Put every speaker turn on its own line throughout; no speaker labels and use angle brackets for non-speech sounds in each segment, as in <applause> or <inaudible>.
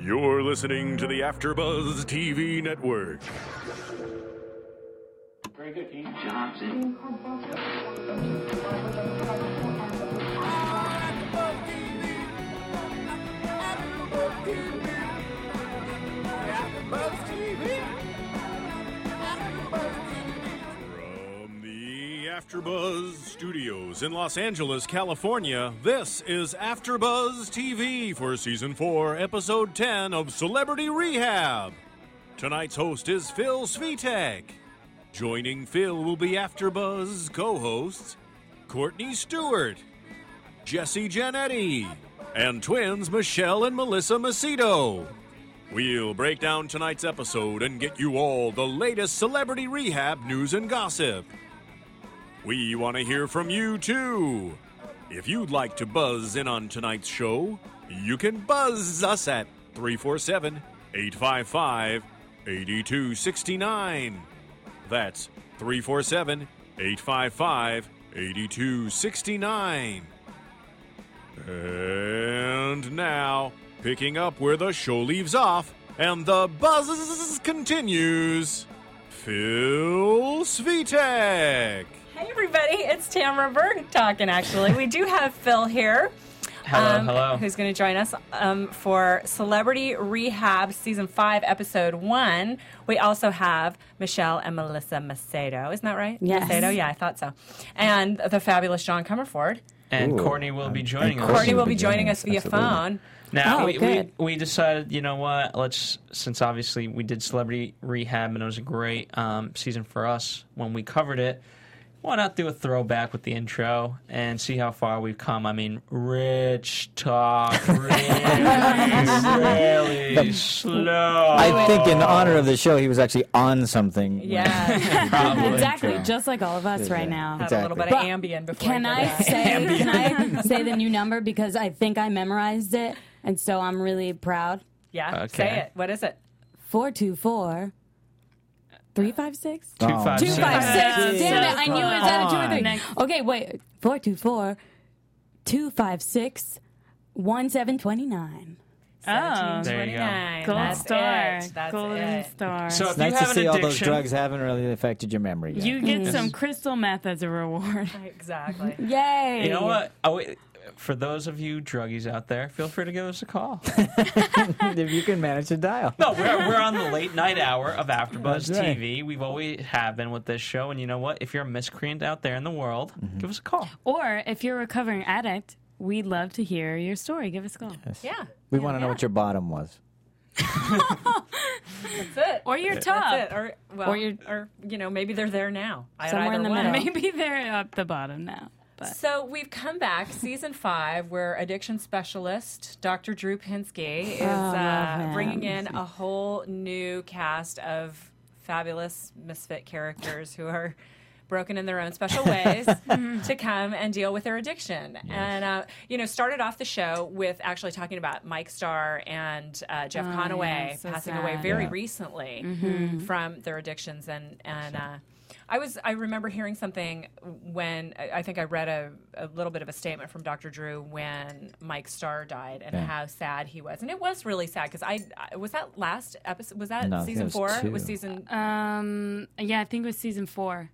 You're listening to the AfterBuzz TV Network.
Very good, Keith. Johnson.
From the AfterBuzz Studios in Los Angeles, California, this is AfterBuzz TV for Season 4, Episode 10 of Celebrity Rehab. Tonight's host is Phil Svitek. Joining Phil will be AfterBuzz co-hosts Courtney Stewart, Jesse Janetti, and twins Michelle and Melissa Macedo. We'll break down tonight's episode and get you all the latest celebrity rehab news and gossip. We want to hear from you too. If you'd like to buzz in on tonight's show, you can buzz us at 347 855 8269. That's 347 855 8269. And now, picking up where the show leaves off and the buzz continues, Phil Svitek.
Hey everybody, it's Tamara Berg talking. Actually, we do have Phil here.
Hello,
um,
hello.
Who's going to join us um, for Celebrity Rehab Season 5, Episode 1. We also have Michelle and Melissa Macedo. Isn't that right?
Yes.
Macedo? Yeah, I thought so. And the fabulous John Comerford.
and
Ooh.
Courtney will be
And
joining us.
Courtney
Courtney
will be
will be
joining
joining
us via
us, absolutely.
phone.
Now
Oh,
we, we
good.
we decided, you know what? Let's since obviously we did celebrity rehab and it was a great um, season for us when we covered it. Why not do a throwback with the intro and see how far we've come? I mean, rich talk really, really slow.
I think in honor of the show, he was actually on something.
<laughs>
Yeah.
Probably.
Exactly,
True.
just like all of us right now.
Have a little
Exactly.
bit of Ambien before
Can
we go
I
back.
say can I say the new number because I think I memorized it and so I'm really proud.
Yeah,
Okay.
say it. What is it?
Four two four three five six.
Oh,
Two five
Two
six.
five six.
Yeah.
Damn it! I knew it was out of two or three.
Next.
Okay, wait. Four two four two five six one seven twenty nine.
Oh,
There you go.
1729.
gold
That's
star,
it. That's
golden
it.
star.
So if you
Nice to
have
see
an
all those
addiction,
drugs haven't really affected your memory yet.
you get some crystal meth as a reward.
Exactly.
Yay!
you know what? Oh, wait, for those of you druggies out there, feel free to give us a call.
<laughs> if you can manage
<laughs>
to dial.
No, we're, we're on the late night hour of AfterBuzz
That's right.
TV. We've always have been with this show, and you know what? If you're a miscreant out there in the world,
Mm-hmm.
give us a call.
Or if you're a recovering addict, we'd love to hear your story. Give us a call.
Yeah.
We want to know what your bottom was.
That's it.
Or your
That's
top.
it. Or, well, or,
Or your-
you know, maybe they're there now. I-
Somewhere in
either
the
one.
middle.
Maybe they're up the bottom now. But
So we've come back, season five, where addiction specialist Dr. Drew Pinsky is
love
uh,
him.
bringing in a whole new cast of fabulous misfit characters who are broken in their own special ways to come and deal with their addiction. And, uh, you know, started off the show with actually talking about Mike Starr and uh, Jeff
Oh,
Conaway
yeah, so
passing
sad.
away very
Yeah.
recently from their addictions and and uh, I was I remember hearing something when I I think I read a, a little bit of a statement from Dr. Drew when Mike Starr died and
Yeah.
how sad he was and it was really sad because I, I was that last episode was that
No, I think
season
it was
four it
two.
was season
um, yeah, I think it was season four.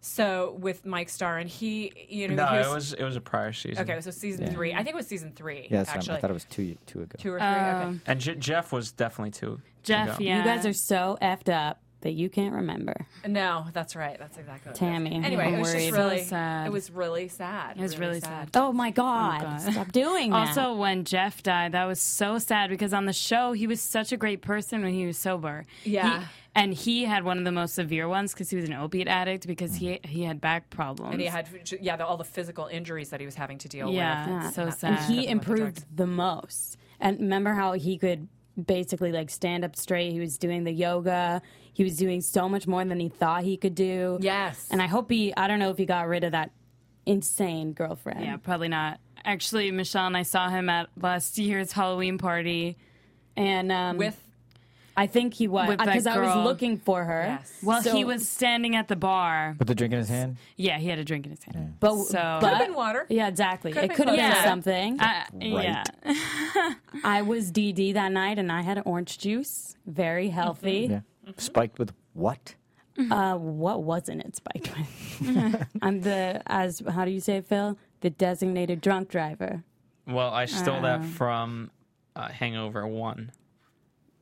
so with Mike Starr and he you know
No,
he
it was it was a prior season.
okay so season three I think it was season three
Yes,
actually
I thought it was two two ago.
two or three okay
And Je- Jeff was definitely too.
Jeff, yeah.
You guys are so effed up that you can't remember.
no that's right that's exactly what it is.
Tammy,
anyway
I'm
it was
worried.
just really
So sad.
it was really sad
It was really sad.
Oh my God!
God.
Stop doing that.
Also, when Jeff died, that was so sad because on the show he was such a great person when he was sober.
Yeah.
He- and he had one of the most severe ones because he was an opiate addict because he
Mm-hmm.
he had back problems.
And he had, yeah, the, all the physical injuries that he was having to deal
yeah,
with.
Yeah.
so
And
sad.
he
with the
improved the most. And remember how he could basically like stand up straight. He was doing the yoga. He was doing so much more than he thought he could do.
Yes.
And I hope he. I don't know if he got rid of that insane girlfriend.
Yeah, probably not. Actually, Michelle and I saw him at last year's Halloween party.
And um,
With
I think he was
With that
because I was
girl.
looking for her.
Yes.
Well,
So-
he was standing at the bar.
With the drink in his hand?
Yeah, he had a drink in his hand.
but
So-
but-
Could have been water.
Yeah, exactly.
Could've been
it could have been
Coke.
something.
I- Yeah.
I was DD that night and I had orange juice, very healthy.
Yeah.
Mm-hmm.
Spiked with what?
Uh, what wasn't it spiked with? <laughs> I'm the as how do you say it, Phil? The designated drunk driver.
Well, I stole
Um.
that from uh, Hangover One.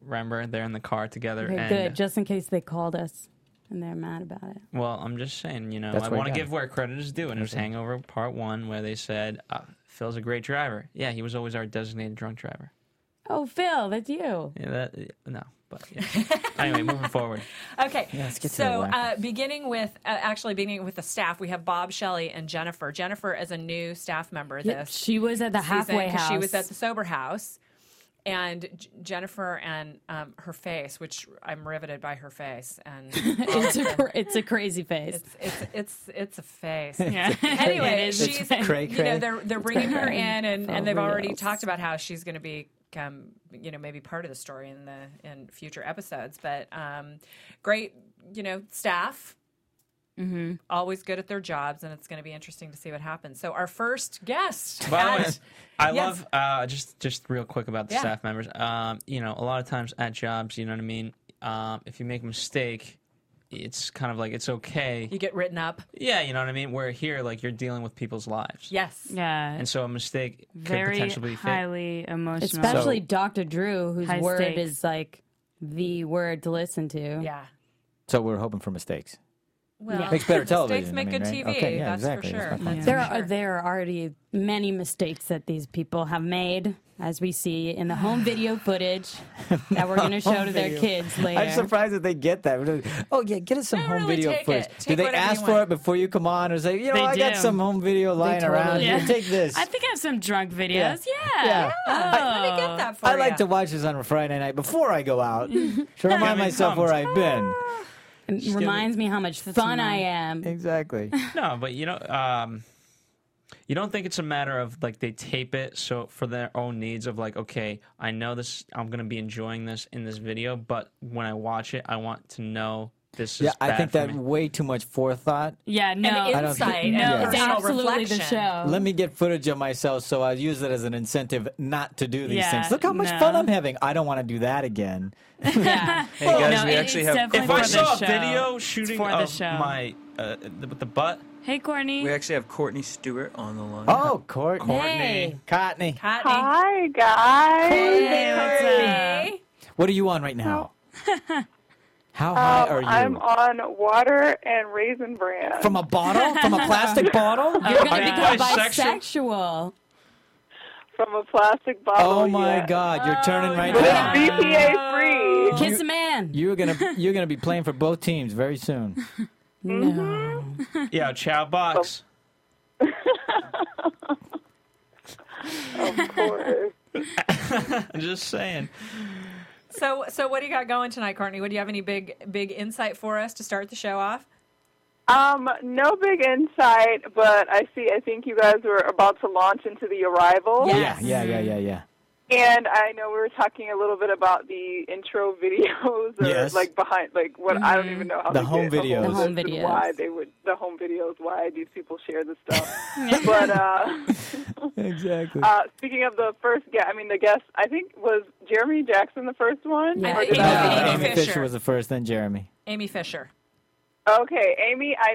Remember, they're in the car together,
Okay,
and
good. Just in case they called us and they're mad about it.
well, I'm just saying, you know,
That's
I
where you Mm-hmm.
want to
got
give
it.
where credit is due, and it was Hangover Part One, where they said uh, Phil's a great driver. Yeah, he was always our designated drunk driver.
Oh, Phil, that's you.
Yeah, that no, but
<laughs>
yeah. anyway, moving forward.
Okay.
get to the
so,
whack.
uh, beginning with uh, actually beginning with the staff, we have Bob, Shelley, and Jennifer. Jennifer is a new staff member this
She was at the
season
halfway
'cause
house.
She was at the sober house, and J- Jennifer and um, her face, which I'm riveted by her face,
<laughs>
and all of
it's, a,
the-
cr- it's a crazy face.
it's it's it's it's a
<laughs>
face.
<laughs> Yeah.
<laughs>
It
Anyway,
is.
she's
cray
you
cray.
know they're they're bringing her in, and, and they've
For
already
reals.
talked about how she's going to become you know maybe part of the story in the in future episodes. But um, great, you know, staff. Always good at their jobs, and it's going to be interesting to see what happens. So, our first guest.
By the way,
at-
I
Yes.
love uh, just just real quick about the
Yeah.
staff members. Um, you know, a lot of times at jobs, you know what I mean. Um, if you make a mistake, it's kind of like it's okay.
you get written up.
Yeah, you know what I mean. Where here, like you're dealing with people's lives.
Yes.
Yeah.
and so a mistake could
Very
potentially fit.
highly emotional.
Especially Dr. Drew, whose
High
word
stakes.
is like the word to listen to.
Yeah.
So we're hoping for mistakes.
Well,
Makes better
Uh, Mistakes
television,
make
I mean,
good
right?
TV.
Okay, yeah,
that's
exactly.
for
That's
sure.
my point.
That's
There
for
are
sure.
there are already many mistakes that these people have made, as we see in the home video footage that we're going to show to their
video.
kids later.
I'm surprised that they get that. We're like, oh yeah, get us some
No,
home
really,
video
take
footage.
it.
Do
Take
they
whatever you
ask for
want.
it before you come on, or say, you know,
They
I got
do.
some home video lying
totally
around.
do.
Here, take this.
I think I have some drunk videos. Yeah.
Yeah.
Let me get that for
I like
ya.
to watch this on a Friday night before I go out to remind myself
pumped.
where I've been.
It reminds me how much fun I am.
Exactly.
No, but you know, um, you don't think it's a matter of like they tape it so for their own needs of like, okay, I know this, I'm gonna be enjoying this in this video, but when I watch it, I want to know this is.
Yeah, I
bad
think
for
that
me.
way too much forethought.
Yeah, no.
and
I don't think-
insight and
No,
It's
it's
personal
absolutely
reflection.
the show.
Let me get footage of myself so I use it as an incentive not to do these
Yeah,
things. Look how much
no.
fun I'm having. I don't want to do that again.
yeah.
Hey guys,
No,
we
it-
actually
it's
have
definitely
If
for
I
the
saw a
show.
video
It's
shooting
for the
of
show.
my uh, the, with the butt,
Hey, Corny.
we actually have Courtney Stewart on the line.
Oh, Courtney. Courtney.
Courtney.
Hi guys.
Hey, what's up?
Courtney.
What are you on right now? How high are you?
I'm on water and raisin bran.
From a bottle? From a plastic bottle?
You're going to
I'm
become
bisexual.
bisexual.
From a plastic bottle.
Oh my
yes.
God! You're turning right
It's
now.
BPA free.
Kiss a man.
You're gonna you're gonna be playing for both teams very soon.
Mm-hmm.
no.
yeah, chow box.
Of course.
I'm just saying.
So, so what do you got going tonight, Courtney? What do you have any big, big insight for us to start the show off?
Um, no big insight, but I see. I think you guys were about to launch into the arrival,
Yeah, yeah, yeah, yeah, yeah.
and I know we were talking a little bit about the intro <laughs> videos, or
Yes. Mm-hmm.
like behind, like what I don't even know how
The
they
home
did a
videos. The
<laughs>
home
list and
videos.
why they would the home videos, why these people share
<laughs>
this stuff, but uh.
Exactly.
Uh, speaking of the first guest, I mean the guest, I think was Jeremy Jackson the first one.
Yeah.
Or did
I
I-
think-
Amy,
Amy
Fisher.
Fisher.
was the first, then Jeremy.
Amy Fisher.
Okay, Amy, I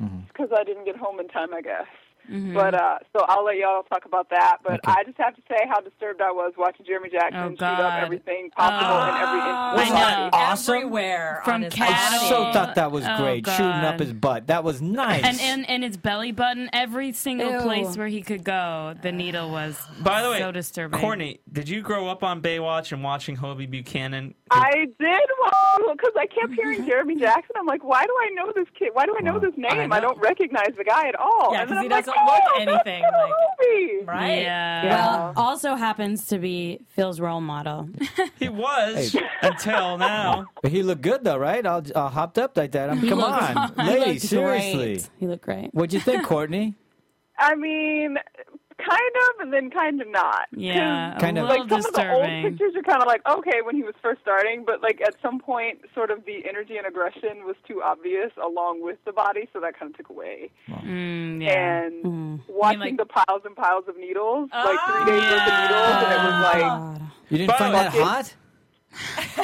missed because I didn't get home in time, I guess.
Mm-hmm.
But uh, so I'll let y'all talk about that. But I just have to say how disturbed I was watching Jeremy
Oh,
Jackson shoot
God. Ah,
up everything possible in every
I
instance.
know.
awesome?
Everywhere
From
on his
cat-
body.
I so thought that was
Oh,
great, shooting up
God.
his butt. That was nice.
and, and and his belly button, every single
Ew.
place where he could go, the needle was
By the way,
so disturbing.
Courtney, did you grow up on Baywatch and watching Hobie Buchanan?
I did because I kept
Mm-hmm.
hearing Jeremy Jackson. I'm like, why do I know this kid? Why do I know this name? I,
know.
don't recognize the guy at all.
Yeah,
and then
'cause
I'm
he
like,
doesn't look
oh, that's
anything
Little
like-
Hobie.
right?
Yeah.
Well, also happens to be Phil's role model. <laughs>
He was
Hey. <laughs>
until now.
but he looked good though, right? All, all hopped up like that. I'm, come
looked-
on,
<laughs> He
lady,
looked
seriously.
great. He looked great.
What'd you think, Courtney?
I mean, kind of and then kind of not. 'Cause,
Yeah, a
Kind of-
little
Like some of the old
disturbing.
pictures are kind of like okay when he was first starting, but like at some point, sort of the energy and aggression was too obvious along with the body, so that kind of took away.
Mm, yeah.
And watching
like- Oh,
the piles and piles of needles, like three days worth of needles, and it was like
You didn't find that hot?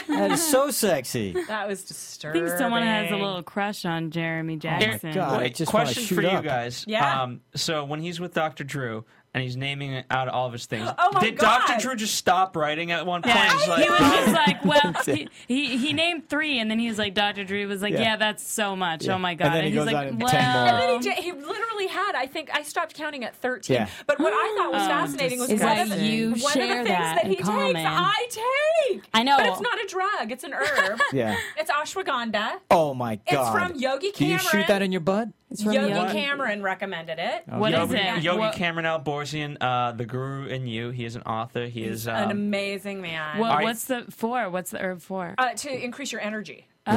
that is so sexy.
That was disturbing.
I think someone has a little crush on Jeremy Jackson.
God. I just wanna
question
shoot
for
up.
you guys.
Yeah.
Um, so when he's with Dr. Drew and he's naming out all of his things,
<gasps>
Oh my
did
God.
Dr. Drew just stop writing at one point?
Yeah,
He's
<laughs> he was
like,
<laughs>
just like, well, he, he he named three, and then he was like, Dr. Drew was like, yeah,
Yeah.
that's so much.
Yeah.
Oh my
And
god!
then he
he's
goes
like,
on and
well,
10 more.
And then he, did, he literally had, I think, I stopped counting at 13.
Yeah.
But what I thought was
Oh,
fascinating was
Is
one
that
of the,
you
one of the
share
things
that
that,
and
he takes,
comment.
I take.
I know.
But it's not a drug, it's an herb.
Yeah.
It's ashwagandha.
Oh my
It's
god.
from Yogi Cameron.
Do you shoot that in your butt?
It's from
Yogi
Yogi.
Cameron recommended it.
what is
Yogi,
it?
Yogi
what,
Cameron Alborzian, uh, the guru in you. He is an author. He is um,
An amazing man.
what-
Alright.
What's the for? What's the herb for?
uh, to increase your energy.
oh,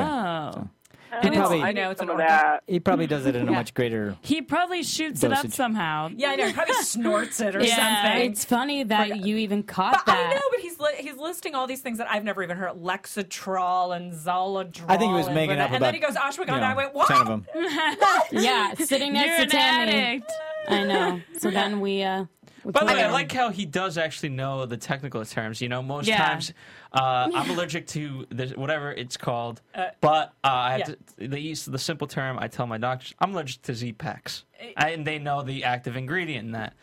He
it's-
probably
I
I
know
need
it's
some
an
of
organ.
that.
he probably does it in a much greater.
he probably shoots it up
Dosage.
somehow.
Yeah, I know. he
<laughs>
Probably snorts it or
Yeah,
something.
It's funny that you even caught
But I know,
that.
but he's li- he's listing all these things that I've never even heard: lexitrol and zolotrol.
I think he was
and
making
whatever.
up
And
about
then he goes ashwagandha.
you know,
I went, what?
Ten of them.
Yeah, sitting
You're
next
an
to Tammy.
addict.
I know. So then we. uh we
By the way, I
told
like how he does actually know the technical terms. You know, most
Yeah.
times uh, I'm allergic to the, whatever it's called, but uh, I have
yeah.
to, they use the simple term. I tell my doctors I'm allergic to Z-Pax, and they know the active ingredient in that.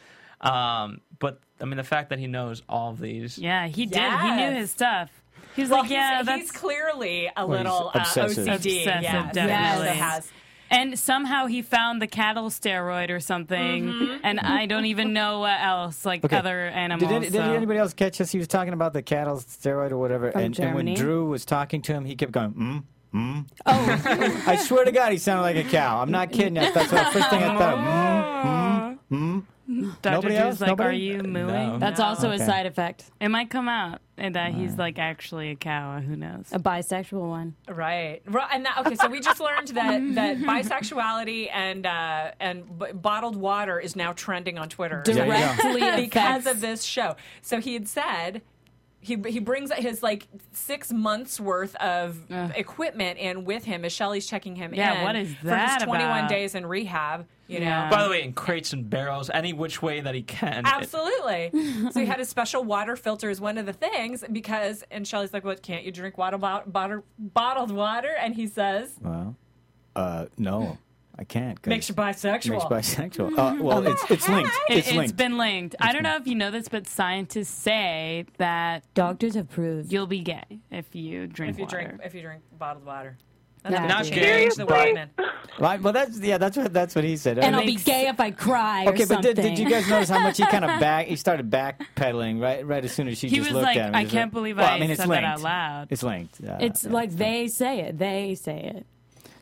Um, but I mean, the fact that he knows all of these,
Yeah, he did. He knew
Yes.
his stuff. He was
Well,
like,
he's,
yeah, that's
he's clearly a
he's
little uh,
obsessive.
OCD.
Obsessive,
yes,
definitely.
Yes, has.
And somehow he found the cattle steroid or something,
Mm-hmm.
and I don't even know what else, like
Okay.
other animals.
Did, any- did
so-
anybody else catch this? He was talking about the cattle steroid or whatever, and, and when
Germany?
Drew was talking to him, he kept going, mm, mm. <laughs> Oh. I swear to God, he sounded like a cow. I'm not kidding. That's that's the first thing I thought. Mm, mm, mm.
Dr.
Nobody
Drew's
else?
like,
Nobody? Uh,
are you mooing?
<laughs>
um,
That's also
Okay.
a side effect.
It might come out and that he's like actually a cow. Who knows?
A bisexual one.
Right. Ro- And that, okay, so we just learned
<laughs>
that that bisexuality and uh, and b- bottled water is now trending on Twitter
Yeah, yeah.
Directly
because
affects.
of this show. So he had said he he brings his like six months worth of equipment in with him as Shelly's checking him
Yeah,
in.
what is
for
that
his 21
about?
days in rehab? You
Yeah.
know.
By the way, in crates and barrels, any which way that he can.
Absolutely.
<laughs>
so he had a special water filter as one of the things because, and Shelly's like, "What can't you drink water, bo- bottle- bottled water?" And he says,
"Mm." Well, uh, no, I can't. 'cause
"Makes you bisexual."
makes bisexual. Uh, well, it's, it's
<laughs>
linked.
It,
It's
has
linked.
been linked. I don't know if you know this, but scientists say that
Doctors have proved.
you'll be gay if you drink
if you
water.
drink if you drink bottled water.
Nah,
Not
dude.
gay,
Change the word,
but
man.
Right, well, that's yeah, that's what that's what he said.
And
I
I'll be
mean,
gay if I cry. or
okay, but did, did
something.
you guys notice how much he
<laughs>
kind of back? He started backpedaling right right as soon as she
He
just
was
looked
like,
at him.
I
He was
can't
like-
believe
well,
I
I mean, it's
said that
linked.
out loud.
It's linked. Uh,
It's like they say it. They say it.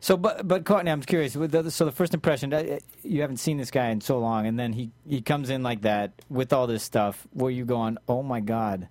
So, but but Courtney, I'm curious. with the- So the first impression, uh, you haven't seen this guy in so long, and then he he comes in like that with all this stuff. Were you going, oh my god?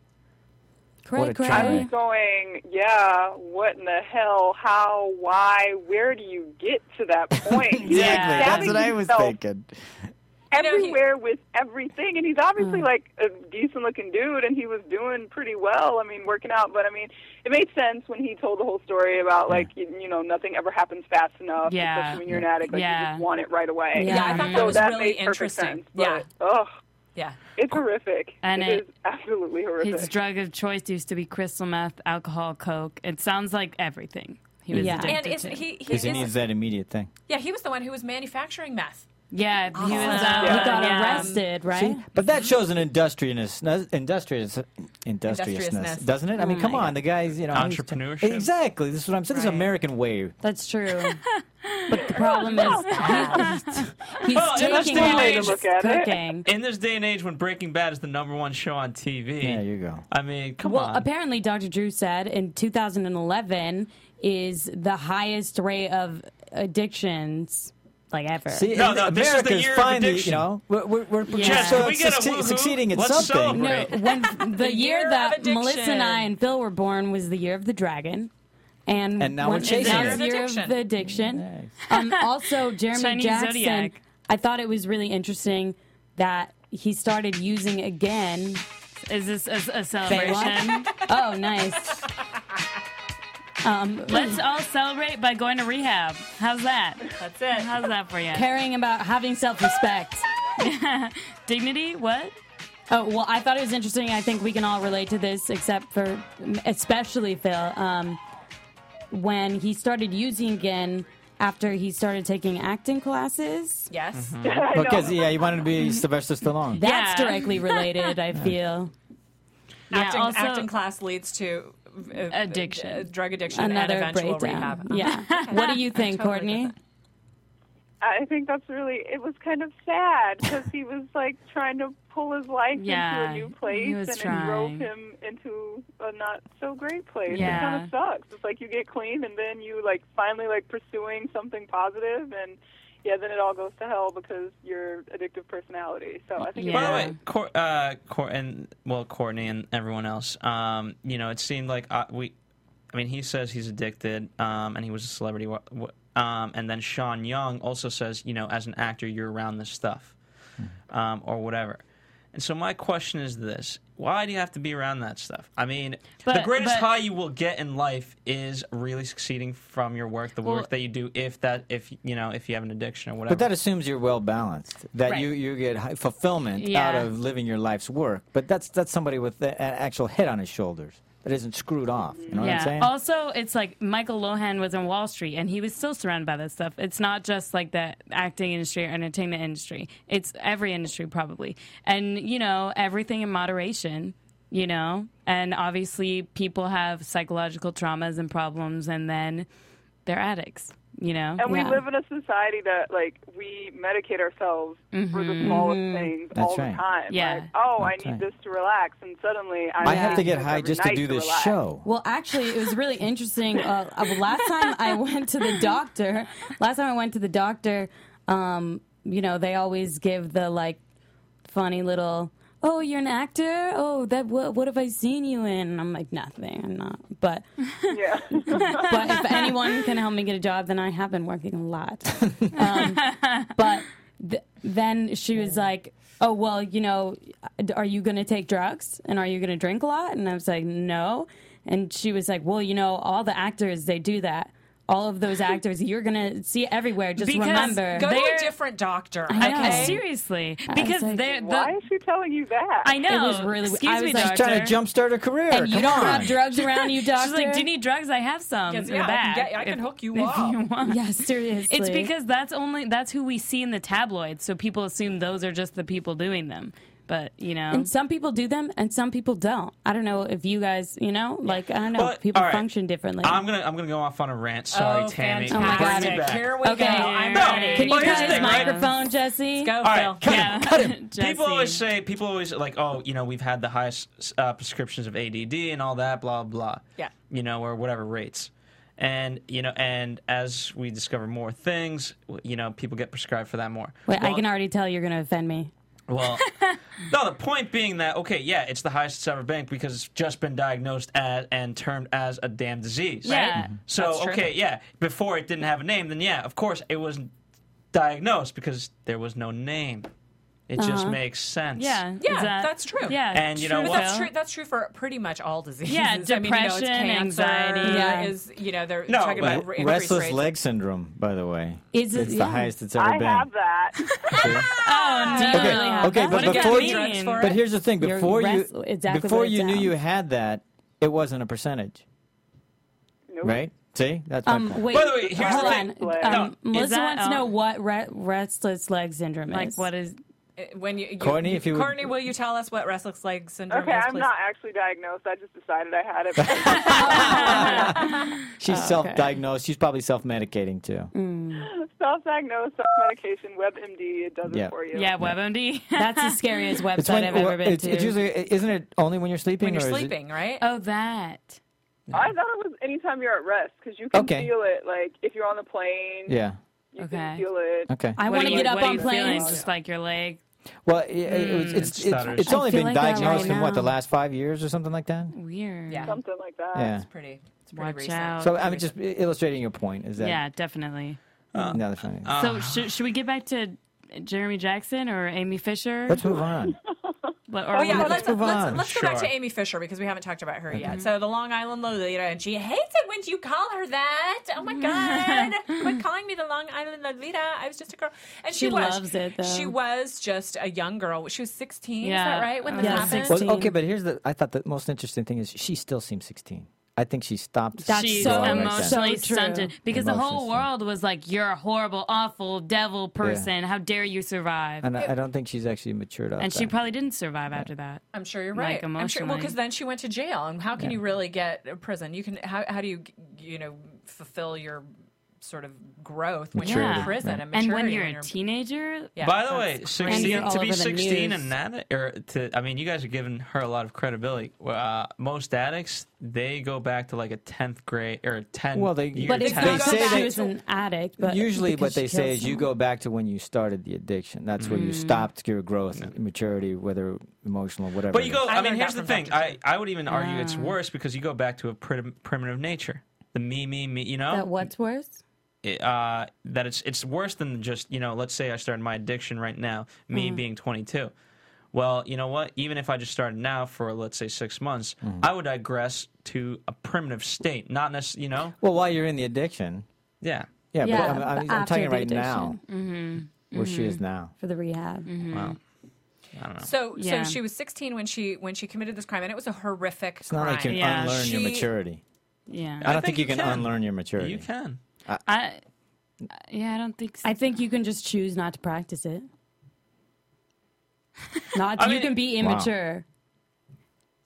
What
Cray,
a
I
cray.
was
child.
going, yeah, what in the hell, how, why, where do you get to
<laughs>
that point? He's
Exactly,
like
that's what I
stabbing
was
himself
thinking.
know, he-
Everywhere with everything, and he's
Mm.
obviously like a decent looking dude, and he was doing pretty well. I mean, working out, but I mean, it made sense when he told the whole story about like you, you know nothing ever happens fast enough,
Yeah.
especially when you're an addict, like
Yeah.
you just want it right away.
Yeah, I thought that
so
was
that
really
made perfect
interesting.
Sense,
Yeah,
but, ugh,
yeah.
it's horrific.
And
it
it-
is absolutely horrific.
His drug of choice used to be crystal meth, alcohol, coke. It sounds like everything. He was
Yeah. And
addicted
And it's,
to.
he, he
Because
is,
he needs that immediate thing.
yeah, he was the one who was manufacturing meth.
yeah, he was.
He
uh,
got
yeah.
arrested, right?
Um, See, but that shows an industriousness, industrious, industriousness,
Industriousness.
doesn't it? I mean, come on, the guy's you know he's-
Entrepreneurship.
Exactly, this is what I'm saying. This is
Right.
American way.
That's true.
<laughs>
but the problem
Oh,
is he- he's
Oh,
Well, in this
taking
day and
what
age-
he's
Look at it.
cooking.
in this day and age when Breaking Bad is the number one show on TV,
Yeah, you go.
I mean, come
Well,
on.
apparently, Dr. Drew said in 2011 is the highest rate of addictions like ever.
See,
No,
and
no, this is the
America's
year of
finally,
addiction.
you know, we're, we're, we're
Jess,
so
can
we
it's
get a
succeed-
woohoo?
succeeding at
Let's
something.
no,
Right.
<laughs> when the, year,
year of
that
addiction.
Melissa and I and Phil were born was the year of the dragon. And,
And now we're
when-
chasing
now
it.
it's the year
Year
of
of
the addiction. Um, also, Jeremy
Chinese
Jackson.
zodiac.
I thought it was really interesting that he started using again.
Is this a, a
Say what?
celebration?
Oh, nice. Um,
Let's all celebrate by going to rehab. How's that?
That's it.
How's that for you?
caring about having self-respect.
Dignity? What?
Oh well, I thought it was interesting. I think we can all relate to this, except for especially Phil. Um, when he started using again after he started taking acting classes,
Yes.
I know.
Because yeah, you wanted to be Sylvester Stallone.
that's
Yeah. <laughs>
directly related. I feel
Acting,
yeah, also,
acting class leads to uh,
Addiction.
uh, drug addiction, and
another
eventual
breakdown.
rehab. Uh,
Yeah.
<laughs>
What do you think,
totally
Courtney?
get
I think that's really. It was kind of sad because he was like trying to pull his life
Yeah,
into a new place,
he was
and it
trying.
drove him into a not so great place. It
Yeah.
kind of sucks. It's like you get clean, and then you like finally like pursuing something positive, and yeah, then it all goes to hell because your addictive personality. So I think
Yeah.
it's
By the way, Cor- uh, Cor- and well, Courtney and everyone else. Um, you know, it seemed like uh, we. I mean, he says he's addicted, um, and he was a celebrity. Wha wha- um, and then Sean Young also says, you know, as an actor, you're around this stuff, um, or whatever. And so my question is this: Why do you have to be around that stuff? I mean, the
But-
greatest
but-
high you will get in life is really succeeding from your work, the
Well-
work that you do. If that, if you know, if you have an addiction or whatever.
Um,
But that assumes you're well balanced, that you, you get hi- fulfillment out
Yeah.
of living your life's work. But that's that's somebody with a- an actual head on his shoulders that isn't screwed off. You know what I'm
yeah.
saying?
Also, it's like Michael Lohan was on Wall Street and he was still surrounded by this stuff. It's not just like the acting industry or entertainment industry, it's every industry probably. And, you know, everything in moderation, you know? And obviously, people have psychological traumas and problems, and then they're addicts, you know?
And
Yeah.
we live in a society that, like, we medicate ourselves for the smallest things
That's
all
right.
the time.
Mm-hmm. Yeah.
Like, oh,
That's
I
right.
need this to relax, and suddenly I'm
I have to
taking
get
this
high
every
just to
night
do this
relax.
show.
Well, actually, it was really interesting. Uh, uh, last time I went to the doctor, last time I went to the doctor, um, you know, they always give the like funny little, oh, you're an actor. Oh, that what, what have I seen you in? And I'm like, nothing. I'm not. But
<laughs>
Yeah.
but if anyone can help me get a job, then I have been working a lot. Um, but th- then she was like, "Oh well, you know, are you going to take drugs and are you going to drink a lot?" And I was like, "No." And she was like, "Well, you know, all the actors they do that. All
<laughs>
of those actors you're going to see everywhere. Just
Because
remember."
Go to
They're-
a different doctor.
I know.
Okay, seriously. Because
like,
they're.
Why
The,
is she telling you that?
I know.
was really-
Excuse
I was
me,
like-
doctor.
She's
Trying to jumpstart a career.
and you
Come
don't
on.
have drugs around you, doctor.
She's like, do you need drugs? I have some. in
Yes,
the
yeah, I can
back
get- I can
if-
hook you
if
up.
you want.
<laughs> Yeah, seriously.
It's because that's only that's who we see in the tabloids, so people assume those are just the people doing them. But you know,
And some people do them, and some people don't. I don't know if you guys, you know, like I don't know,
But,
people
all right.
function differently.
I'm gonna I'm gonna go off on a rant. Sorry,
oh,
Tammy.
Oh my
Fantastic.
God.
Bring me back.
Here we
Okay.
go. I'm
There.
ready.
Can you
Well, here's
guys
the thing, right?
microphone, Jesse?
Go,
right,
Phil.
cut
yeah.
<laughs>
People
Jesse.
always say people always like, oh, you know, we've had the highest uh, prescriptions of ADD and all that, blah blah.
Yeah.
You know, or whatever rates, and you know, and as we discover more things, w- you know, people get prescribed for that more.
Wait, I
Well-
can already tell you're going to offend me.
Well, no. The point being that okay, yeah, it's the highest it's ever been because it's just been diagnosed as and termed as a damn disease.
Yeah. Mhm.
So okay, yeah. Before it didn't have a name, then yeah, of course it was diagnosed because there was no name. It just makes sense.
yeah,
Yeah,
exact-
that's true.
Yeah,
And you know
true,
But
what?
though.
that's true. That's true for pretty much all diseases.
Yeah,
<laughs> I mean, you know, it's
depression,
cancer
anxiety.
Yeah.
Is you know they're
No,
talking
but
about re- increased
Restless
rates.
leg syndrome, by the way.
Is it-
it's
yeah.
the highest it's ever
I
been.
have
<laughs>
that.
Oh no.
Okay, okay,
What
but
does that
before
mean?
you,
Drugs for
but
it?
here's the thing:
You're
before you,
rest- exactly
before
what it's
you knew
down.
you had that, it wasn't a percentage,
Nope.
right? See, that's my
Um,
point.
wait,
By the way, here's
hold
the
on.
thing.
No,
Um, Melissa
that-
wants to
oh.
know what re- restless leg syndrome is.
like what
<laughs>
is?
When you, you
Courtney, if you would-
Courtney, will you tell us what restless leg
<laughs>
syndrome
Okay,
is?
I'm
please?
not actually diagnosed. I just decided I
<laughs>
had it.
oh,
She's self-diagnosed. She's probably self-medicating too.
self-diagnosed, self-medication, WebMD, it does
Yeah.
it for you.
Yeah, WebMD.
That's
<laughs>
the scariest website
It's when
I've ever
well,
been
it's,
to.
it's usually isn't it only when you're sleeping
When you're
or is it-
sleeping, right?
oh, that.
I thought it was anytime you're at rest because you can
Okay.
feel it. Like if you're on the plane,
yeah.
you
Okay.
can feel it.
Okay.
I want to get up
what are
on
you feeling?
planes.
Just like your leg.
Well, it, it, it's, it's, it's,
stutters.
it's only
Hmm. I feel
been
like that right
diagnosed in what the
now.
last five years or something like that.
Weird.
Yeah.
Something like that.
Yeah.
It's pretty. It's pretty
Watch
recent.
out.
So I'm just illustrating your point. Is that
yeah, definitely. uh,
another thing?
So should, should we get back to Jeremy Jackson or Amy Fisher?
Let's move on.
<laughs>
But- or
Oh yeah,
Let's
let's let's,
move on.
let's, go back
Sure.
to Amy Fisher because we haven't talked about her yet. So the Long Island Lolita, and she hates it when you call her that. Oh my god! Quit calling me the Long Island Lolita. I was just a girl, and she,
She
was.
loves it, though.
She was just a young girl. She was sixteen. Is
Yeah.
that right? When this
Yeah,
happened,
16.
Well, okay, but here's the. I thought the most interesting thing is she still seems 16. I think she stopped.
That's
she's
so
growing like that.
emotionally
So true.
stunted because the
Emotionally
whole
stunted.
world was like, "You're a horrible, awful, devil person. How dare you survive?"
and I, I don't think she's actually matured up.
And she probably didn't survive after that.
I'm sure you're right.
Like,
I'm sure, well,
emotionally.
because then she went to jail, and how can you really get a prison? You can. How, how do you you know fulfill your sort of growth when you're in
Maturity,
prison
right.
and,
And
maturity
when you're
when
a teenager,
Yeah,
By the
that's
way,
crazy.
16
And you're all
to be
over the
16
news.
and not or to I mean, you guys are giving her a lot of credibility. Uh, most addicts, they go back to like a 10th grade or a 10
Well, they-
year
But it's
They
10th
not
say
that
that-
she was an addict. But
Usually,
because
what they
she
say
killed
is you
someone.
go back to when you started the addiction. That's where you stopped your growth, maturity, whether emotional, whatever.
But
it
you go.
is.
I,
I
mean,
learned
here's the
that from
thing.
Dr.
I, I would even argue it's worse because you go back to a prim- primitive nature. The me, me, me. You know,
"Oh."
That what's worse?
it, uh, that it's it's worse than just you know. Let's say I started my addiction right now.
Mm-hmm.
Me being 22. Well, you know what? Even if I just started now for let's say six months,
Mm-hmm.
I would digress to a primitive state. Not necessarily, you know.
Well, while you're in the addiction,
Yeah.
yeah.
Yeah,
but I'm, I'm,
but
I'm
after
talking
the
right now, where she is now.
For the rehab.
Wow.
So,
Yeah.
so she was 16 when she when she committed this crime, and it was a horrific
It's not
crime.
like you can
Yeah.
unlearn your
She-
maturity.
yeah,
I don't
think
think, you
you
can,
can.
unlearn your maturity.
You can.
I, yeah, I don't think. So.
I think you can just choose not to practice <laughs> it. Not
I
you
mean-
can be
Wow.
immature.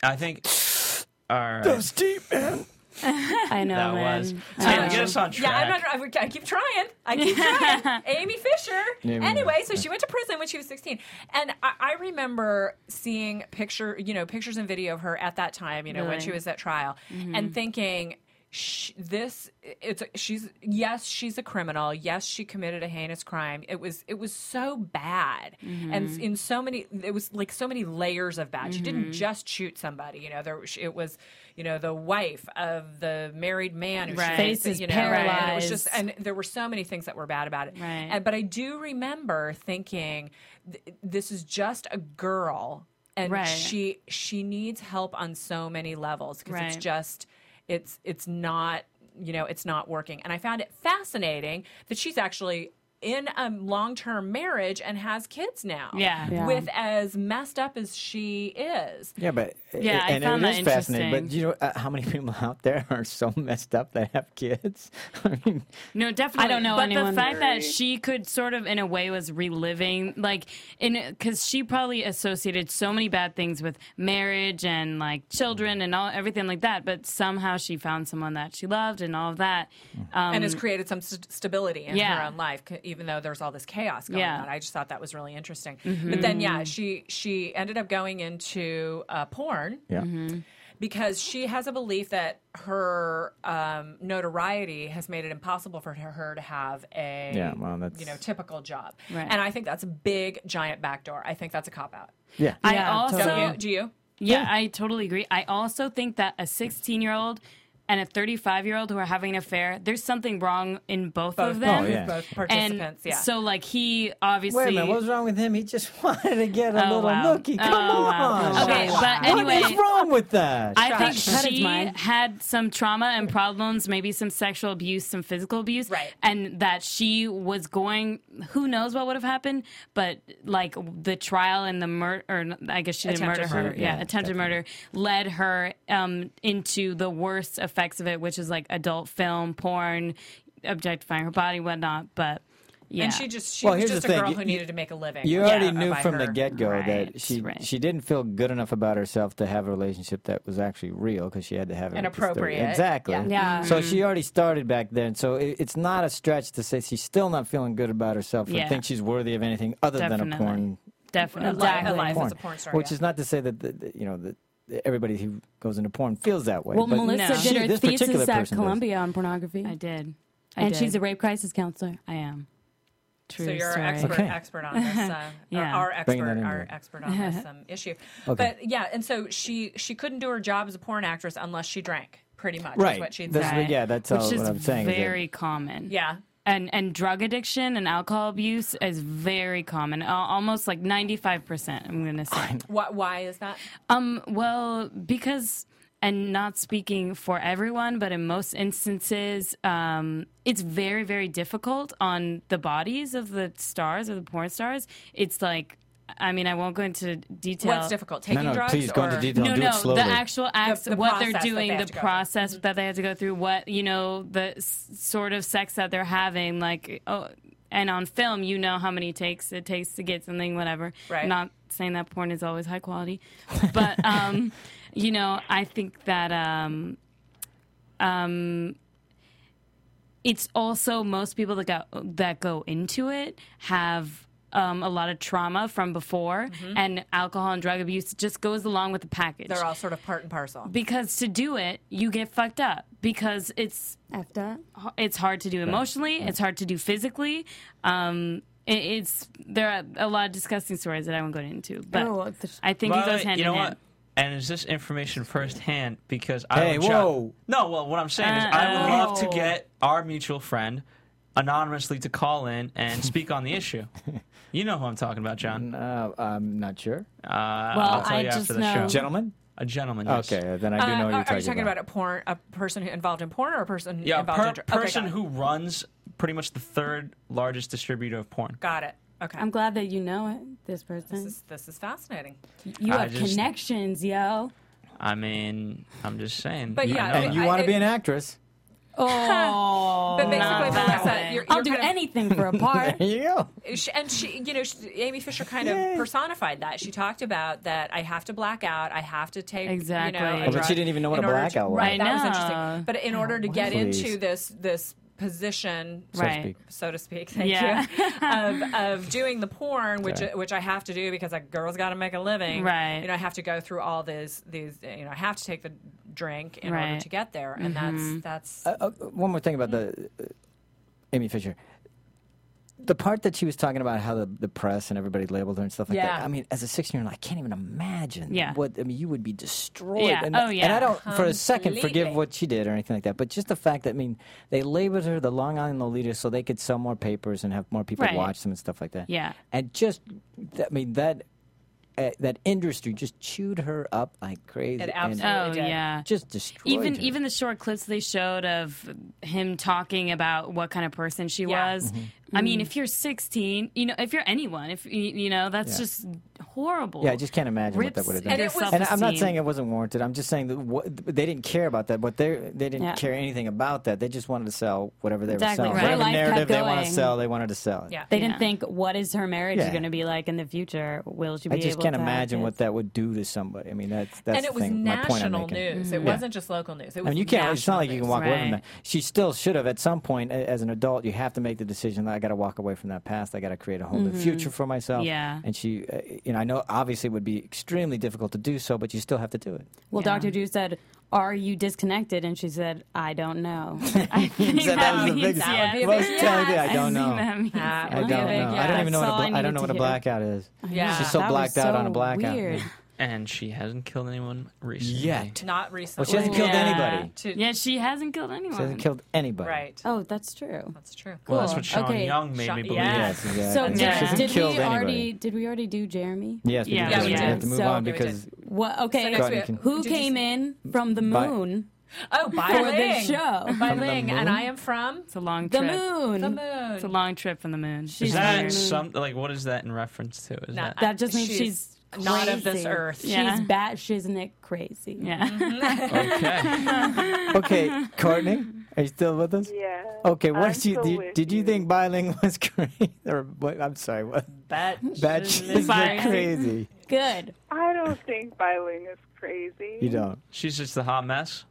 I think. <sighs> All right.
That's deep, man.
I know,
That
man.
was.
I
Taylor,
know.
get us on track.
Um, Uh, Yeah, I'm not, I, I keep trying. I keep trying. Amy Fisher.
Yeah, we-
Anyway, so she went to prison when she was 16, and I, I remember seeing picture, you know, pictures and video of her at that time, you know, when
Really?
she was at trial, and thinking. sh this it's she's yes she's a criminal yes she committed a heinous crime it was it was so bad and in so many it was like so many layers of bad she didn't just shoot somebody you know there was- it was you know the wife of the married man who
Right.
she thinks that,
Faces
you know, and it was just
paralyzed.
and there were so many things that were bad about it.
Right.
And, but I do remember thinking, th- this is just a girl, and
Right.
she she needs help on so many levels because
Right.
it's just it's it's not you know it's not working. And I found it fascinating that she's actually in a long-term marriage and has kids now.
Yeah. Yeah.
With as messed up as she is.
Yeah, but
Yeah, I
and
found
it
that
is fascinating. But
interesting.
do you know uh, how many <laughs> people out there are so messed up that have kids? <laughs> I mean,
No, definitely.
I don't know
But
anyone.
the fact that she could sort of, in a way, was reliving, like, in because she probably associated so many bad things with marriage and like children and all everything like that. But somehow she found someone that she loved and all of that. Um,
and has created some st- stability in her
Yeah.
own life, c- even though there's all this chaos going
Yeah. Mm-hmm.
on. I just thought that was really interesting. But then, yeah, she she ended up going into uh, porn
yeah.
because she has a belief that her um, notoriety has made it impossible for her to have a
Yeah, well, that's-
you know typical job.
Right.
And I think that's a big giant backdoor. I think that's a cop out.
yeah.
I
Yeah,
also
totally.
Don't you? Do you?
Yeah, I totally agree. I also think that a 16 year old and a 35 year old who are having an affair, there's something wrong in both, of them.
Oh, yeah.
Both
And
participants. yeah.
so, like, he obviously.
Wait a minute, what was wrong with him? He just <laughs> wanted to get a
Oh,
little
wow.
nookie.
Oh,
Come on.
wow. Okay,
Wow.
but
What
anyway.
is wrong with that?
I think
Gosh. That is
she
mine.
had some trauma and problems, maybe some sexual abuse, some physical abuse,
Right.
and that she was going. Who knows what would have happened? But like the trial and the murder, or I guess she didn't
Attempted
murder her.
murder,
Yeah,
yeah,
attempted murder led her um, into the worst effects of it, which is like adult film, porn, objectifying her body, whatnot. But yeah,
And she just she
Well,
was
here's
just
the
a
thing.
girl
You-
who
you-
needed to make a living.
You
Yeah, uh,
already knew
by
from the
her.
get go that
Right,
she
right.
she didn't feel good enough about herself to have a relationship that was actually real because she had to have it
And
with the story.
appropriate.
Exactly.
Yeah.
mm.
Yeah.
So
Mm-hmm.
she already started back then. So it, it's not a stretch to say she's still not feeling good about herself or
Yeah.
think she's worthy of anything other than a
Definitely.
porn
definitely.
Exactly.
Exactly.
Life
porn.
as a porn star.
Which
yeah.
is not to say that the, the- you know that everybody who goes into porn feels that way.
Well,
but
Melissa
No.
did
She-
her
this particular
thesis at
person does.
Columbia on pornography,
I did. I
and
did.
she's a rape crisis counselor.
I am. True
So you're
story.
our expert,
Okay.
expert
<laughs>
on this, uh,
Yeah.
our
Bringing
expert,
that in
our
here.
expert on this um, issue. But yeah, and so she she couldn't do her job as a porn actress unless she drank, pretty much. Is
Right.
what she'd
That's
said.
what- yeah, that's all
Which
what
is
I'm saying. is that-
very common.
Yeah.
and and drug addiction and alcohol abuse is very common, al- almost like ninety five percent. I'm gonna say.
Why, why is that?
Um, well, because and not speaking for everyone, but in most instances, um, it's very, very difficult on the bodies of the stars or the porn stars. It's like, I mean, I won't go into detail.
What's difficult? Taking
no,
drugs?
please go
or
into detail.
No,
do it
no,
slowly.
the actual acts,
the
what they're
process that
doing,
they have to
the
go through. Mm-hmm.
process that they have to go through, what you know, the s- sort of sex that they're having, like, oh, and on film, you know how many takes it takes to get something, whatever.
Right.
Not saying that porn is always high quality,
<laughs>
but um, you know, I think that um, um, it's also most people that go that go into it have um, a lot of trauma from before,
Mm-hmm.
Mm-hmm.
and alcohol and drug abuse just goes along with the package.
They're all sort of part and parcel.
because to do it, you get fucked up because it's
After.
it's hard to do emotionally, it's hard to do physically. Um, it, it's there are a lot of disgusting stories that I won't go into, but
Oh, the sh-
I think
By
it
the
goes
way,
hand
you
in
know
hand.
what? And is this information firsthand? Because I
Hey,
would
whoa.
no, well, what I'm saying is I would
Uh-oh.
love to get our mutual friend anonymously to call in and speak on the
<laughs>
issue. You know who I'm talking about, John?
Uh, I'm not sure,
Oh.
Uh,
Well,
I'll tell
I
you
just
after the
know-
show.
gentlemen.
a gentleman. yes.
Okay, then I do
Uh, are,
know what you're
are you
talking
talking about. a porn, a person who involved in porn, or a person
Yeah, a
involved in
per-
dr- okay,
person
got it.
who runs pretty much the third largest distributor of porn.
got it. Okay,
I'm glad that you know it, this person.
this is this is fascinating.
you
I
have
just-
connections, yo.
I mean, I'm just saying.
But
I
yeah,
know
I-
And
that.
you
uh, I-
want to
it-
be an actress? <laughs>
Oh.
But basically,
that
Melissa,
way.
you're,
I'll
you're
do
kind of-
anything for a part.
There you go.
she, and she, you know, she, Amy Fisher kind of personified that. She talked about that I have to black out, I have to take
Exactly.
You know, a
Oh, but she
drug
didn't even know what
in
a
order
blackout
to,
was.
Right,
I
that was
know. Oh,
interesting. But in order to get
Please.
into this this position,
to
right.
speak.
so to speak, thank
Yeah.
you,
<laughs>
of, of doing the porn, which
Sorry.
which I have to do because a girl's got to make a living.
Right.
You know, I have to go through all these these. You know, I have to take the drink in order
Right. Mm-hmm.
to get there, and that's that's
Uh, one more thing about the uh, Amy Fisher. The part that she was talking about how the, the press and everybody labeled her and stuff like that.
Yeah.
I mean, as a 16 year old, I can't even imagine
Yeah.
what, I mean, you would be destroyed.
Yeah.
And,
Oh,
and I
yeah.
don't, for a second, forgive
Completely.
what she did or anything like that. But just the fact that, I mean, they labeled her the Long Island Lolita so they could sell more papers and have more people
Right.
watch them and stuff like that.
Yeah.
And just, I mean, that. Uh, that industry just chewed her up like crazy.
It
and
absolutely
Oh
Really did.
yeah.
just destroyed
<laughs> even
her.
even the short clips they showed of him talking about what kind of person she
Yeah.
was.
Mm-hmm.
I
Mm-hmm.
mean, if you're 16, you know, if you're anyone, if you, you know, that's
Yeah.
just horrible.
Yeah, I just can't imagine what that
Rips
would have done.
your
And it was-
And I'm not
self-esteem.
saying it wasn't warranted. I'm just saying that what, they didn't care about that. What they they didn't
Yeah.
care anything about that. They just wanted to sell whatever they
Exactly,
were selling. Whatever
right.
Their life
narrative
kept
they want to
going.
sell, they wanted to sell it.
yeah.
They didn't
Yeah.
think, what is her marriage
Yeah.
going to be like in the future? Will she be
I just
able
can't
to have
imagine
kids?
what that would do to somebody. I mean, that's that's
and
the
it was
thing, my point I'm
national
making.
news.
Mm.
It wasn't just local news. It was
I mean, you can't. It's not
national
like you can
news.
walk away from
Right.
that. She still should have, at some point, a- as an adult, you have to make the decision that I got to walk away from that past. I got to create a whole
Mm-hmm.
new future for myself.
Yeah.
And she, uh, you know, I know obviously it would be extremely difficult to do so, but you still have to do it.
Well,
Yeah.
Dr. Drew said, Are you disconnected? And she said, I don't know. <laughs>
said that was the
means-
biggest-
yeah.
That would be
most
a big
telling thing,
yes.
I don't know.
That means-
Ah,
I
would
don't
be
know.
a big
I don't
yes.
even know what
That's
a
all
bla-
I
I don't
needed
know what a
to hear.
blackout is.
Yeah.
She's so
That was
blacked out on a
so
blackout.
weird.
Yeah.
and she hasn't killed anyone recently.
Yet.
Not recently.
she hasn't killed
Yeah.
anybody.
To-
Yeah, she hasn't killed anyone.
She hasn't killed anybody.
Right.
Oh, that's true.
That's true.
Well, that's
Cool.
what Sean
Okay.
Young made
Sean-
me believe.
yes.
Yes, exactly.
So
And
did,
she hasn't
did we
killed anybody.
already did we already do Jeremy?
Yes, we
Yeah,
did.
we
We
did.
have to move
So-
on
No, we
because
Well, okay.
next
we have-
Who
Did you
came
s-
in from the
Bi-
moon
Oh, by
for this
Ling.
show?
By
From the
Ling, and
moon?
I am from
It's a long
The
trip.
the
moon.
It's a
moon.
long trip from the moon.
Is
She's
that
She's-
some like what is that in reference to? Is
No,
that
That just means
She's
she's,
not of this
crazy.
earth.
She's
Yeah.
bat shiznick crazy.
Mm-hmm.
yeah.
okay?
okay, Courtney, are you still with us?
Yeah.
Okay, what
I'm
did you
still
did,
with
did you think bilingual <laughs> was crazy or what? I'm sorry, what?
Bat.
That is
Bi-
crazy.
Good.
I don't think Biling is crazy.
You don't.
She's just a hot mess.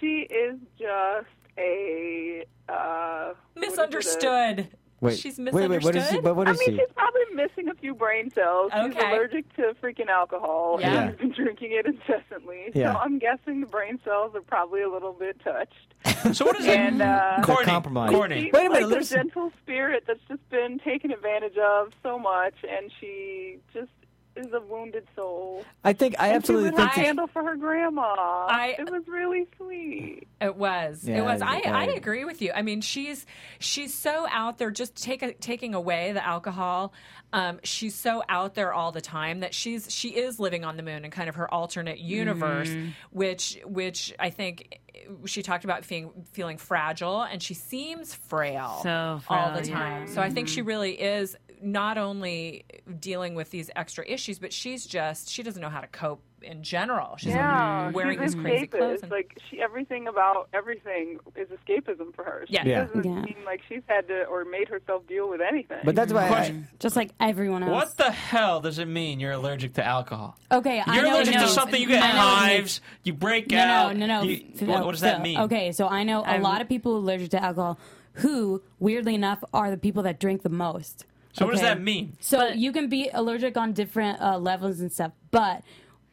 She is just a uh, what is it, a-
<laughs> Misunderstood.
Wait,
She's
wait, wait. What is she?
misunderstood?
But what
I
is
mean,
she?
she's probably missing a few brain cells. She's
Okay.
allergic to freaking alcohol
Yeah.
and she's been drinking it incessantly.
Yeah.
So I'm guessing the brain cells are probably a little bit touched.
<laughs>
So what is it?
And uh,
They're
Corny.
compromised.
Corny.
Wait a minute,
like the
listen.
gentle spirit that's just been taken advantage of so much, and she just is a wounded soul.
I think I
And she
absolutely
lit her
think. that-
candle for her grandma.
I-
it was really sweet.
It was.
Yeah,
it was. I,
I-
I agree with you. I mean, she's she's so out there, just take a, taking away the alcohol. Um, she's so out there all the time that she's she is living on the moon in kind of her alternate universe,
Mm-hmm.
which which I think she talked about feeling feeling fragile, and she seems frail,
So
all
frail,
the
yeah. Mm-hmm.
time. So I think she really is not only dealing with these extra issues, but she's just she doesn't know how to cope in general. She's
Yeah,
Mm, wearing
she's
these crazy clothes.
escapist.
and-
Like she, everything about everything is escapism for her. She
Yeah.
Yeah.
doesn't
Yeah.
seem like she's had to or made herself deal with anything.
but that's why. I,
Question.
Just like everyone else.
What the hell does it mean you're allergic to alcohol?
Okay, I
You're
know
allergic
no,
to something, you get
I know-
hives, you break
No,
out.
no, no, no.
you-
Phil,
what, what does that
Phil.
mean?
Okay, so I know a lot of people allergic to alcohol who, weirdly enough, are the people that drink the most.
So what does
okay?
that mean?
So you can be allergic on different uh, levels and stuff, but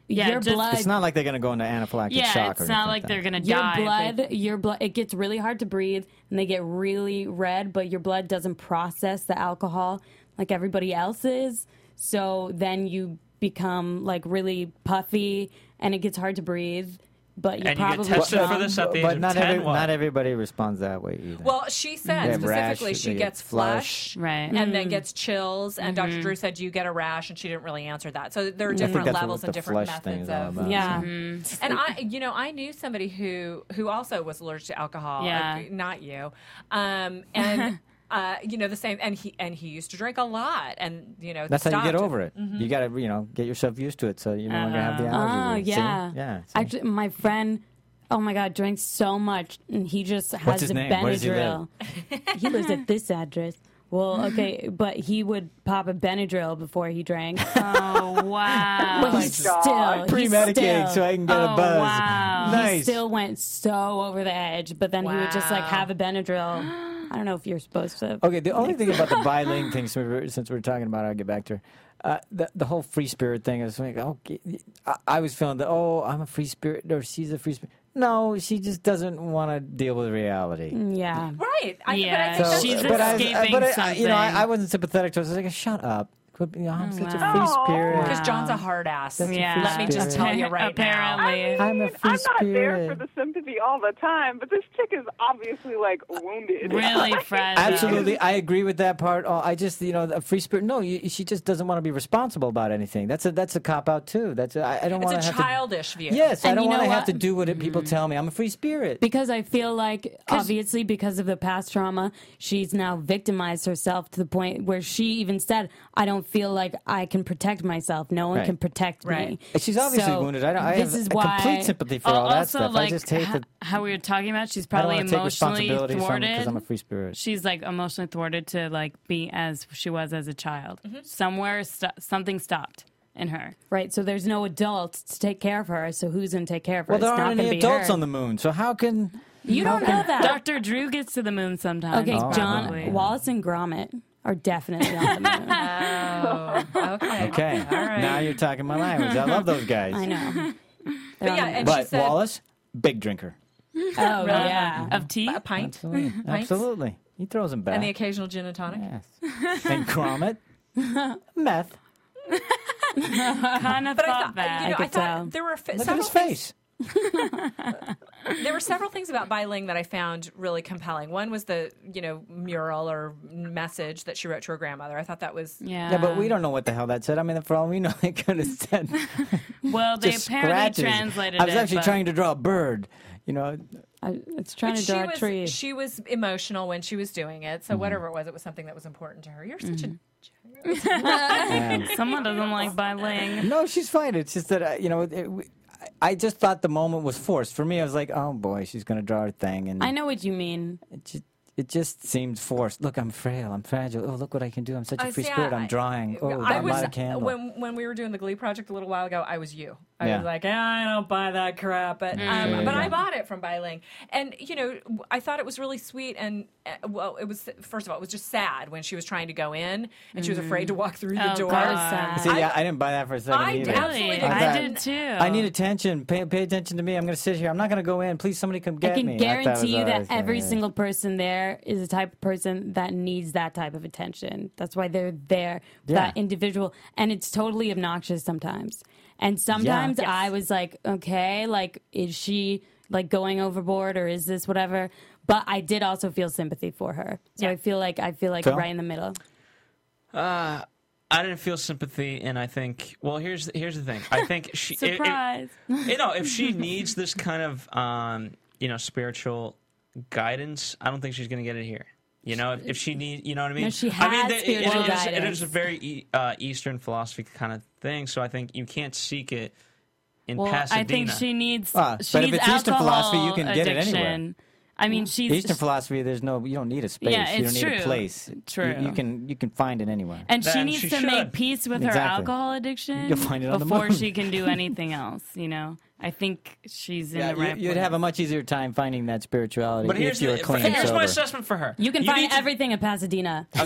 Yeah,
your
just-
blood,
it's not like they're going to go into anaphylactic
Yeah,
shock.
it's
or anything
not like they're
that.
gonna
your
die. if they-
blood, your blood, it gets really hard to breathe, and they get really red, but your blood doesn't process the alcohol like everybody else's. So then you become like really puffy, and it gets hard to breathe. But you
And you get
probably
tested for
don't.
this at the age
But
of
not
10,
every,
what?
not everybody responds that way either.
Well, she
They
said
have rash,
specifically she
they get
gets flush,
Right. Mm. Mm-hmm.
and then gets chills. And Dr. Drew said you get a rash, and she didn't really answer that. So there are
I think
different
that's
levels
what
and
the
different
flush thing
methods
is all
of.
about. Mm-hmm.
yeah.
And
<laughs>
I, you know, I knew somebody who who also was allergic to alcohol.
Yeah.
Like, not you. Um,
<laughs>
and uh, you know the same. And he and he used to drink a lot, and you know
That's how you get
stopped.
over it. You got to, you know, get yourself used to it so you're no longer have
Ah.
the
Oh
allergy. See?
yeah,
Yeah. see?
Actually, my friend, oh my god, drinks so much, and he just has
What's his
a
name? Where does he
Benadryl. He, lives at this address. Well, okay, but he would pop a Benadryl before
<laughs>
he drank.
Oh wow.
but he still
oh,
God.
he
Pre-medicating
still-
so I can get a
Oh,
buzz.
wow.
he
Nice.
still went so over the edge, but then he would just like
Wow.
have a Benadryl.
<gasps>
I don't know if you're supposed to.
Okay, the only thing about the
<laughs>
biling thing, since we're, since we're talking about it, I'll get back to her. Uh, the, the whole free spirit thing is like, okay, I, I was feeling that, oh, I'm a free spirit, or she's a free spirit. No, she just doesn't want to deal with reality.
Yeah.
Right. I,
Yeah.
But I
So-
think
She's
that's,
but I,
escaping
but I, I- you know, I,
something.
I wasn't sympathetic to her. So I was like, shut up. Quit being- I'm such
wow.
a free
Aw.
spirit.
because John's a hard ass.
That's a
Yeah.
free
Let me just tell
spirit.
you
<laughs>
right now.
Apparently.
I'm a free
I'm not there
spirit.
for the sympathy all the time, but this chick is obviously like wounded. <laughs>
<laughs>
really fragile.
Absolutely, I agree with that part. Oh, I just, you know, a free spirit. No, you, she just doesn't want to be responsible about anything. That's a that's a cop out too. That's a, I, I don't want
It's
to
a
have
childish view.
to. Yes, I
And
don't
you
want to
know
have to
what?
do what it, people tell me. I'm a free spirit.
Because I feel like, obviously, because of the past trauma, she's now victimized herself to the point where she even said, I don't feel like I can protect myself. No one
Right.
can protect me.
Right.
She's obviously
So
wounded. I, don't, I
this
have
is
a
why,
complete sympathy for
Al-
all that
also,
stuff.
Like,
I just hate
ho-
that.
how we were talking about, she's
I don't
probably
want to take
emotionally
responsibility
thwarted.
because I'm a free spirit.
she's like emotionally thwarted to like be as she was as a child.
Mm-hmm.
Somewhere, st- something stopped in her.
Right. So there's no adults to take care of her. So who's going to take care of her?
well, there
it's
aren't any
not going to be
adults
her.
on the moon, so how can
You don't know that.
Dr. Drew gets to the moon sometimes.
Okay,
Oh,
John,
probably.
Wallace and Gromit are definitely on the
<laughs>
moon.
Oh, okay.
<laughs> Okay, now you're talking my language. I love those guys.
<laughs> I know. They're
But
on
yeah,
the
and
moon.
she
But
said
Wallace, big drinker.
oh, yeah.
Of tea?
a pint <laughs>
Absolutely, absolutely. He throws them back.
and the occasional gin and tonic. <laughs>
Yes. and Gromit, meth.
<laughs> Kind of
But I thought, you know,
thought that.
I, thought
could tell.
there were f-
Look at
several
his
things,
face.
there were several things about Biling that I found really compelling. One was the you know mural or message that she wrote to her grandmother. I thought that was
Yeah.
Yeah,
uh,
but we don't know what the hell that said. I mean, for all we know, <laughs> they could have said
Well, they
just
apparently
scratches.
translated
I was
it,
actually
but-
trying to draw a bird. You know,
I, it's trying to
she
draw a
was
tree.
she was emotional when she was doing it. So whatever it was, it was something that was important to her. You're such a
um,
Someone doesn't like biling.
no, she's fine. It's just that uh, you know, it, we, I I just thought the moment was forced. For me, I was like, oh boy, she's gonna draw her thing, and
I know what you mean.
It just, it just seemed forced. Look, I'm frail. I'm fragile. Oh, look what I can do. I'm such a
Uh,
free
see,
spirit.
I-
I'm drawing. Oh,
I
I'm
was
not a candle.
when when we were doing the Glee project a little while ago. I was you. I
Yeah.
was like, "Eh, I don't buy that crap, but
Mm.
um, but
Yeah.
I bought it from Biling, and you know, w- I thought it was really sweet. And uh, well, it was first of all, it was just sad when she was trying to go in and she
Mm-hmm.
was afraid to walk through the
Oh,
door.
God.
See,
I-
yeah, I didn't buy that for a second
I
either.
absolutely
Really?
did
I
I
thought-
did too.
I need attention. Pay, pay attention to me. I'm going to sit here. I'm not going to go in. Please, somebody come
I
get
can
me. thought it was uh,
guarantee you
what I
that
was gonna
every
do.
single person there is a type of person that needs that type of attention. That's why they're there,
Yeah.
that individual. And it's totally obnoxious sometimes. And sometimes
Yes.
I was like, okay, like, is she like going overboard or is this whatever? But I did also feel sympathy for her. So I feel like, I feel like
Phil?
right in the middle.
I didn't feel sympathy, and I think. Well, here's here's the thing. I think she. it- it-
<laughs> Surprise.
you know, if she needs this kind of um, you know spiritual guidance, I don't think she's going to get it here. You know, if, if she needs, you know what I mean.
No, she
I mean,
has
the- it-
spiritual
it, is, it
guidance.
is a very e- uh, Eastern philosophy kind of thing, so I think you can't seek it in
Well,
Pasadena.
I think she needs.
Ah,
she
but if
needs
it's Eastern
alcohol
philosophy, you can get it
addiction.
anywhere.
I mean, she's
Eastern philosophy, there's no, you don't need a space.
Yeah,
you don't
it's
need a
true.
place. You-
True.
You, can you can find it anywhere.
and she
Then
needs
she
to
should.
make peace with her
Exactly.
alcohol addiction
You'll find it on the
before
moon.
she
<laughs>
can do anything else. You know, I think she's in
Yeah,
the right.
you, would have a much easier time finding that spirituality
But here's,
if you were
the-
clean
here's my
sober.
assessment for her.
You can find
need to-
everything in Pasadena.
here's,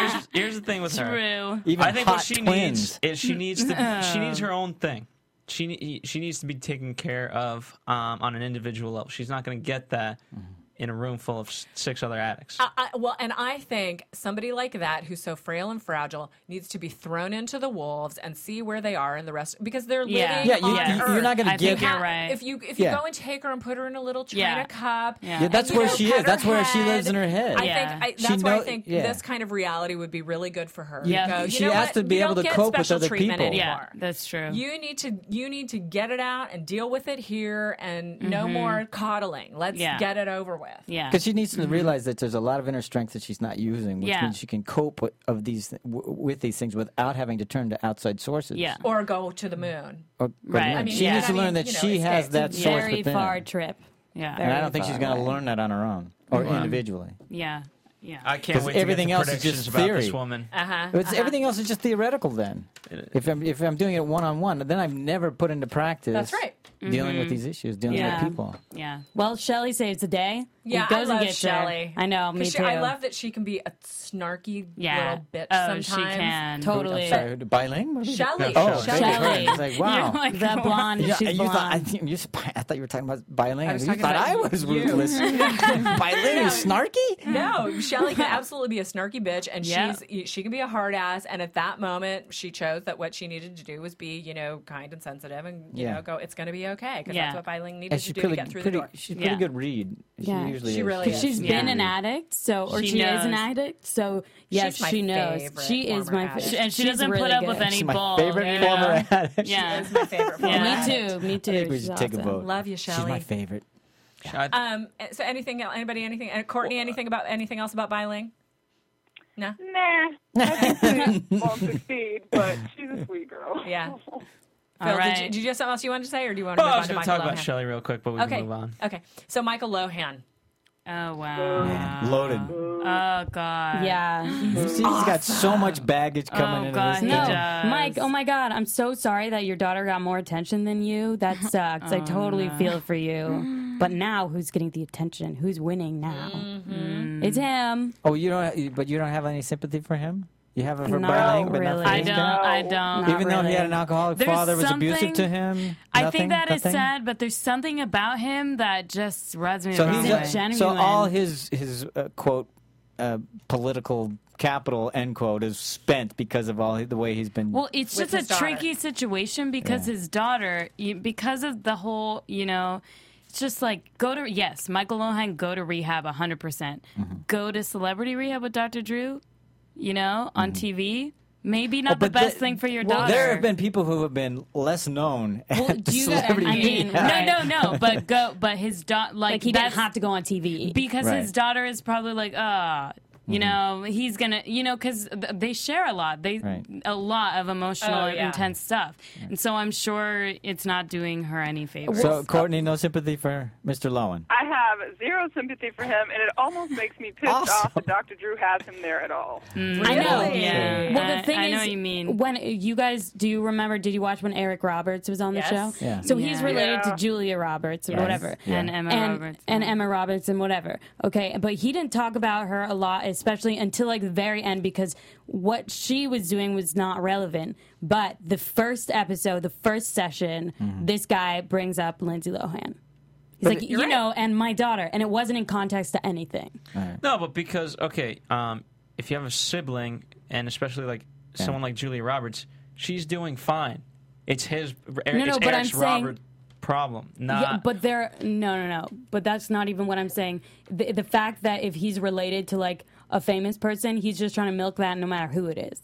here's, here's the thing with her.
True.
Even
I think
hot
what she
twins.
needs is
Mm,
she needs to, she needs her own thing. She ne- she needs to be taken care of um, on an individual level. She's not going to get that
Mm-hmm.
in a room full of s- six other addicts.
Uh,
I, I- well, and I think somebody like that who's so frail and fragile needs to be thrown into the wolves and see where they are in the rest because they're
Yeah.
living
Yeah,
you-
on
you-
Earth.
you're not gonna
I think
give-
you're right.
If you if you
Yeah.
go and take her and put her in a little china
Yeah.
cup,
Yeah.
Yeah, that's
and, you
where
know,
she
pet
is. That's where she lives in her head.
I
Yeah.
think I,
She
that's why I
know-
think
yeah.
this kind of reality would be really good for her.
Yeah.
To go, you
She
know
has
what?
to be
You
able
don't
to
get
cope with
special
other
treatment
people.
yeah,
Anymore.
that's true.
You need to you need to get it out and deal with it here and no more coddling. Let's
Mm-hmm. Yeah.
get it over with.
yeah,
Because she needs to realize that there's a lot of inner strength that she's not using, which
Yeah.
means she can cope with, of these th- w- with these things without having to turn to outside sources.
yeah.
Or go to the moon.
Or- or
Right.
learn.
I mean,
she
yeah.
needs to
I
learn
mean,
that
you know,
she
it's-
has
it's a
that source
Very
within.
far trip.
yeah,
and I
very
don't think she's
far
going to
away.
learn that on her own or individually.
yeah, yeah.
I can't
'Cause
wait. to get
everything
the
else is
predictions
just
about this
theory.
woman.
Uh,
It's,
Uh-huh.
Everything else is just theoretical. Then, if I'm if I'm doing it one on one, then I've never put into practice.
That's right. Mm-hmm.
Dealing with these issues, dealing
Yeah.
with people.
yeah.
Well, Shelly saves the day.
Yeah,
he goes
I
and
love
gets her.
Shelley.
I know,
'Cause
me
she-
too.
I love that she can be a snarky
Yeah.
little bitch
oh,
sometimes.
she can.
Totally.
I'm sorry, who- bilingual.
Shelley,
Oh,
Shelley.
<laughs> Shelley.
It's like wow.
<laughs> You're like,
the blonde.
Yeah,
she's
you
blonde.
thought I, think you, sp- I thought you were talking about bilingual.
was
You thought
talking about
I was
you. <laughs>
ruthless. bilingual, snarky.
No, Shelly
<laughs>
can absolutely be a snarky bitch, and
Yeah.
she's she can be a hard ass. And at that moment, she chose that what she needed to do was be, you know, kind and sensitive, and you
Yeah.
know, go, it's going to be okay because
Yeah.
that's what Biling needed
And
to
she's
do
pretty,
to get through
pretty,
the door.
she's pretty
Yeah.
good read. She
Yeah.
usually
She
is.
really
Because
is.
she's
Yeah.
been an addict, so or
She
she, is an
knows.
addict, so yes,
She's my
she knows.
favorite
She is
former
my
addict.
She- and she
she's
doesn't put
really
up with
good.
<laughs>
any
She's my
bull.
favorite
you know?
former addict.
Yeah.
That's my favorite. form.
<laughs> Yeah.
Me too. Me too.
I think we
She's
should take a
awesome.
vote.
Love you,
She's my
Shelley.
favorite.
I-
uh,
Um, so anything else? Anybody? Anything? And Courtney?
uh,
Anything about anything else about Biling? No.
Nah, I think
<laughs>
she won't succeed, but she's a sweet girl.
Yeah.
All
Phil, did, you,
right.
did you have something else you wanted to say, or do you want to
well,
move
I
on
was
to
going to
Michael
talk about
Lohan?
Shelly real quick, but we
okay.
can move on.
Okay. So Michael Lohan.
oh wow.
Man, loaded.
Oh god.
Yeah.
She's got so much baggage coming
Oh,
into
God,
this.
no.
thing.
does.
Mike, oh my God, I'm so sorry that your daughter got more attention than you. That sucks. I totally feel for you. But now, who's getting the attention? Who's winning now? It's him.
Oh, you don't. But you don't have any sympathy for him. You have it for
No,
Biling, but not
really.
for
I
this
don't.
guy?
I don't.
Not
Even though he
really.
had an alcoholic
There's
father, was abusive
something-
to him.
I think that is
nothing?
sad, but there's something about him that just rubs me
So
the wrong
he's
way.
a,
He's genuine.
so all his his uh, quote uh, political capital end quote is spent because of all the way he's been.
Well, it's
With
just a
his daughter.
tricky situation because his daughter, you- because of the whole, you know, it's just like go to yes, Michael Lohan, go to rehab, hundred percent.
Mm-hmm.
Go to celebrity rehab with Dr. Drew, you know, on TV. Maybe not
Mm-hmm. Oh,
the
but
best
the-
thing for your
well,
daughter.
there have been people who have been less known. <laughs>
Well,
at
do you-
celebrity
I mean,
meetup.
right.
no, no, no.
<laughs>
But go, but his daughter, like,
Like he
that's
didn't have to go on TV.
because
Right. Mm-hmm.
his daughter is probably like, ah. You know, he's gonna, you know, because th- they share a lot. They
Right.
a lot of emotional,
Oh, yeah.
intense stuff, and so I'm sure it's not doing her any favors.
So Courtney, no sympathy for Mr. Lowen.
<laughs> I have, zero sympathy for him, and it almost makes me pissed
Awesome.
off that Dr. Drew has him there at all.
I know.
Really?
Yeah.
Well,
I-
the thing
I
is,
know what you mean.
when you guys do you remember? Did you watch when Eric Roberts was on the
Yes.
show?
Yeah.
So he's
Yeah.
related
Yeah.
to Julia Roberts or whatever.
Yeah.
And Emma
and,
Roberts.
and Emma Roberts and whatever. Okay, but he didn't talk about her a lot, especially until like the very end, because what she was doing was not relevant. But the first episode, the first session, this guy brings up Lindsay Lohan. He's like, you know, and my daughter, and it wasn't in context to anything.
No, but because okay, um, if you have a sibling, and especially like someone like Julia Roberts, she's doing fine. It's his. Er,
no,
it's
but I'm
Eric's
saying-
Robert problem. Not.
Yeah, but there, no, no, no. But that's not even what I'm saying. The, the fact that if he's related to like a famous person, he's just trying to milk that, no matter who it is.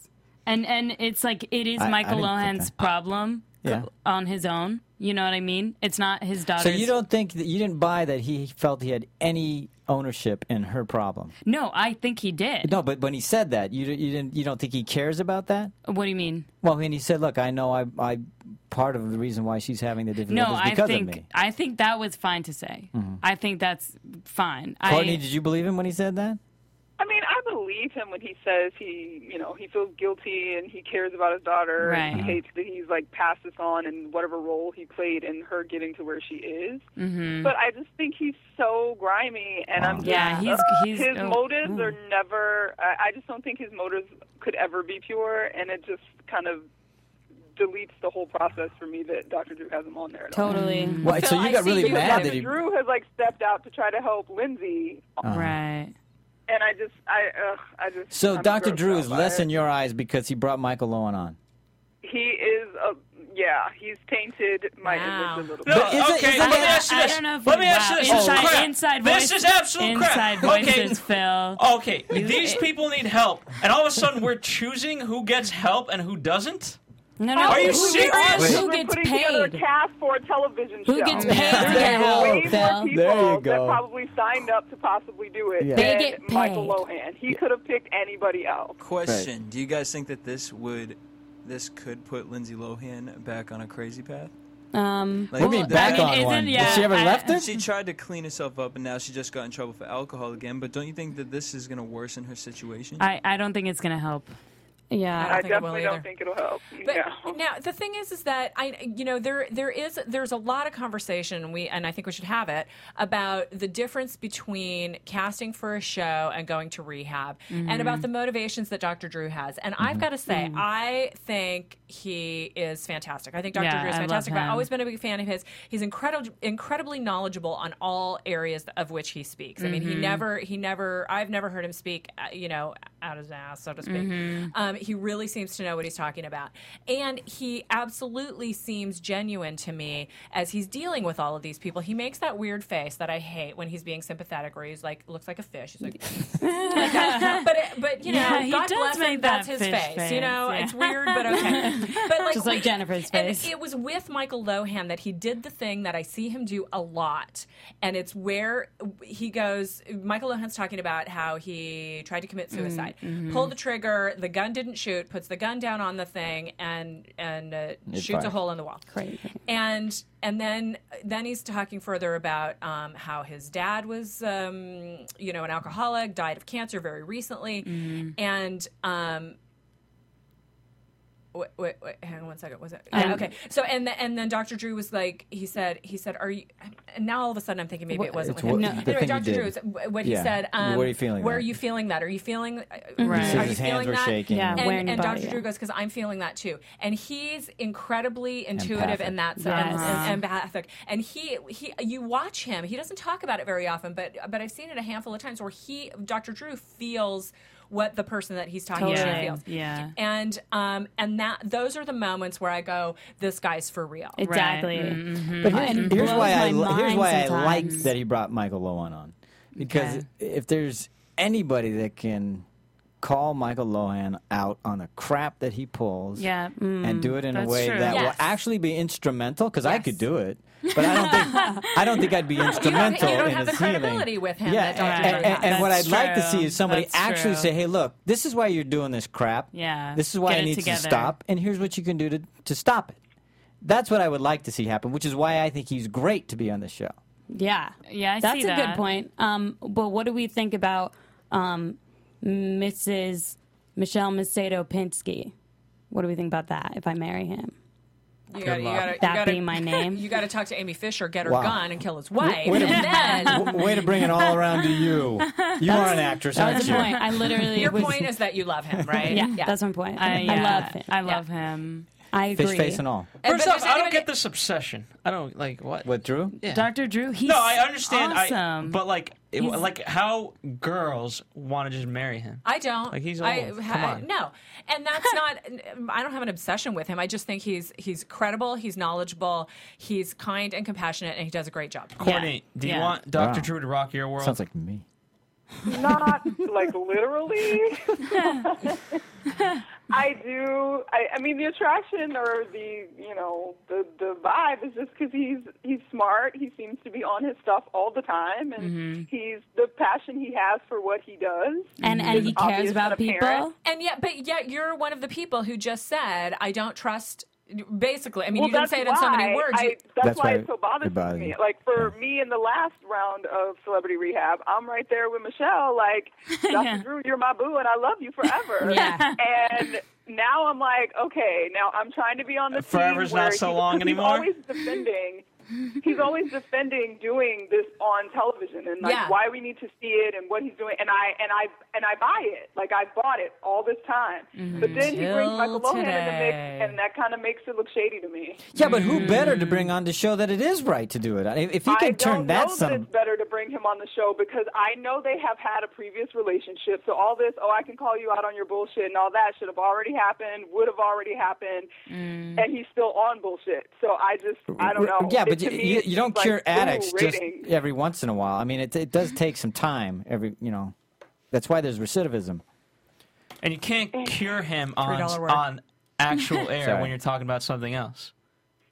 And and it's like it is
I- I
Michael
didn't think
Lohan's
that.
problem
Yeah.
on his own. You know what I mean? It's not his daughter's.
So you don't think that you didn't buy that he felt he had any ownership in her problem?
No, I think he did.
No, but when he said that, you you didn't you don't think he cares about that?
What do you mean?
Well, I mean, he said, "Look, I know I I part of the reason why she's having the
No,
difficulties
I
because
think
of me."
I think that was fine to say.
Mm-hmm.
I think that's fine.
Courtney,
I,
did you believe him when he said that?
I mean, I believe him when he says he, you know, he feels guilty and he cares about his daughter. and
Right.
He hates that he's like passed this on and whatever role he played in her getting to where she is. Mm-hmm. But I just think he's so grimy, and I'm just,
Yeah, he's-
uh,
he's-
his
oh,
motives are never. I, I just don't think his motives could ever be pure, and it just kind of deletes the whole process for me that Dr. Drew has him on there. At all.
Totally.
Well, so,
So
you
I
got
see
really
you
mad
got
that he.
Drew has like stepped out to try to help Lindsay,
right.
and I just, I, ugh, I just.
So
I'm
Dr.
grossed
Drew
out
is
by
less
it.
in your eyes because he brought Michael Lowen on.
He is a yeah. He's tainted my
Wow.
image a little bit.
No,
But is it-
okay,
is it
let me
that-
ask you
I
this.
don't know if
let
we-
me ask
wow,
you this.
Inside,
crap.
inside
this
voices.
is absolute
inside
crap.
voices,
Okay.
Phil.
Okay, these people need help, and all of a sudden we're choosing who gets help and who doesn't.
No,
Oh,
no.
Are you
who-
serious?
Who
We're
gets
putting together a
paid?
cast for a television show.
Who gets paid
There
to get
you go.
help,
Way more
Phil?
people
There you
that
go.
probably signed up to possibly do it.
Yeah.
They
than
get
Michael
paid.
Lohan. He could have picked anybody else.
Question: Do you guys think that this would, this could put Lindsay Lohan back on a crazy path?
Um,
Like,
What do you mean
that-
back
mean,
on
isn't-
one?
yeah,
Has she ever
I-
left it?
She tried to clean herself up, and now she just got in trouble for alcohol again. But don't you think that this is going to worsen her situation?
I, I don't think it's gonna help.
yeah.
don't
I
think it will
definitely don't
either.
think it'll help.
But
no.
now the thing is, is that I, you know, there there is there's a lot of conversation and we and I think we should have it about the difference between casting for a show and going to rehab, and about
Mm-hmm.
the motivations that Dr. Drew has. And
Mm-hmm.
I've got to say, I think he is fantastic. I think Dr.
Yeah,
Drew is
I love
fantastic. I've
him.
always been a big fan of his. He's incredible, incredibly knowledgeable on all areas of which he speaks. I mean,
Mm-hmm.
he never he never I've never heard him speak, uh, you know, out of his ass, so to speak.
Mm-hmm.
Um, he really seems to know what he's talking about. And he absolutely seems genuine to me as he's dealing with all of these people. He makes that weird face that I hate when he's being sympathetic or he's like, looks like a fish. He's
<laughs>
like, <laughs> like that. But, it, but you know,
Yeah, he
God
does
bless him,
make
that's
that
his
fish
face. You
face,
know,
yeah.
it's weird,
<laughs>
but
<laughs>
okay. But like,
Just like
we-
Jennifer's
and
face.
it was with Michael Lohan that he did the thing that I see him do a lot, and it's where he goes. Michael Lohan's talking about how he tried to commit
Mm-hmm,
suicide, pulled the trigger, the gun didn't shoot, puts the gun down on the thing, and and uh, shoots a
fired.
hole in the wall.
Crazy.
And and then then he's talking further about um, how his dad was um, you know an alcoholic, died of cancer very recently,
Mm-hmm.
and um, wait, wait, wait, hang on one second. Was it? Yeah, okay. So and the, and then Dr. Drew was like, he said, he said, are you? And now all of a sudden, I'm thinking maybe it wasn't
It's
with him.
what- No. the
Anyway,
thing he
Dr. Drew,
did.
is- what he
Yeah.
said. Um,
Where are you feeling
Where
that?
are you feeling that? Are you feeling?
Right.
He
Are
said
you
his hands
feeling
were
that?
shaking.
Yeah.
And,
Wearing the
and
body,
Dr. Drew
yeah.
goes, because I'm feeling that too. And he's incredibly intuitive
Empathic.
in that
Yes.
and, and empathic. And he he you watch him. He doesn't talk about it very often, but but I've seen it a handful of times where he Dr. Drew feels what the person that he's talking to
Totally.
feels.
Yeah.
And um and that those are the moments where I go, this guy's for real.
Exactly.
But here's,
And
here's
blows
why I
my
li- here's
mind
why I like
sometimes.
that he brought Michael Lohan on, because
Okay.
if there's anybody that can call Michael Lohan out on the crap that he pulls,
Yeah.
and do it in a
that's
way
true.
that will
Yes.
actually be instrumental, because I could do it, but I don't think I don't think I'd be
You don't, you
instrumental
don't
in
have the
his
credibility
healing.
with him
Yeah,
that Dr.
and,
Drew
and-
has.
and what I'd
That's
like to see
true.
is somebody
That's
actually
true.
say, "Hey, look, this is why you're doing this crap.
Yeah.
this is why
Get
it
it
needs to
together."
stop, and here's what you can do to to stop it." That's what I would like to see happen, which is why I think he's great to be on the show.
Yeah.
Yeah, I
That's
see
a
that.
good point. Um, but what do we think about um, Mrs. Michelle Macedo Pinsky? What do we think about that if I marry him?
You gotta, you
luck.
gotta, you
That
gotta,
be my name?
<laughs> You got to talk to Amy Fisher, get her
Wow.
gun, and kill his wife. <laughs>
wait a
and then
<laughs> W- Way to bring it all around to you. You are an actress,
That
aren't
was the
you?
point. I literally
your
was-
point is that you love him, right?
Yeah, that's my point. I,
yeah,
love him.
I love him.
I agree.
Fish face and all.
And-
First
but
off,
there's
I don't
anybody-
get this obsession. I don't like what.
With Drew?
Yeah.
Dr. Drew, he's
no, I understand. I-
awesome.
but like, it,
He's-
like how girls want to just marry him.
I don't.
Like, he's
I,
old. Come on.
No, and that's not. I don't have an obsession with him. I just think he's he's credible. He's knowledgeable. He's kind and compassionate, and he does a great job.
Courtney, do you
Yeah.
want Dr.
Wow.
Drew to rock your world?
Sounds like me.
not like
<laughs>
literally. I do. I, I mean, the attraction or the you know the the vibe is just because he's he's smart. He seems to be on his stuff all the time, and he's the passion he has for what he does.
Mm-hmm. and and he cares
obvious
about
and apparent.
people.
And yet, but yet, you're one of the people who just said, "I don't trust." Basically, I mean,
well,
you didn't
that's
say it in so many
why
words.
I,
You-
that's,
That's
why
why
it's so bothersome
it bothers
to me.
you.
Like for me in the last round of Celebrity Rehab, I'm right there with Michelle.
<laughs>
Like Dr. Drew, you're my boo, and I love you forever.
Yeah.
And now I'm like, okay, now I'm trying to be on the
Forever's
team where
not so
he- <laughs>
long
he's
anymore?
Always defending. He's always defending doing this on television and like
Yeah.
why we need to see it and what he's doing and I and I and I buy it like I bought it all this time
Mm-hmm.
but then he brings Michael
Till
Lohan in the mix
today.
and that kind of makes it look shady to me.
Yeah, but who better to bring on to show that it is right to do it? If if he
I
can
don't
turn that
know
son
that
of
it's better to bring him on the show because I know they have had a previous relationship. So all this, oh, I can call you out on your bullshit and all that should have already happened, would have already happened, and he's still on bullshit. So I just, I don't know.
Mm. Yeah,
It-
but
to
you,
me,
you,
it's
you don't
like,
cure
ooh,
addicts just
ratings.
every once in a while. I mean, it, it does take some time. Every you know, that's why there's recidivism.
and you can't cure him on
$3 word.
on
<laughs>
actual air
Sorry.
when you're talking about something else.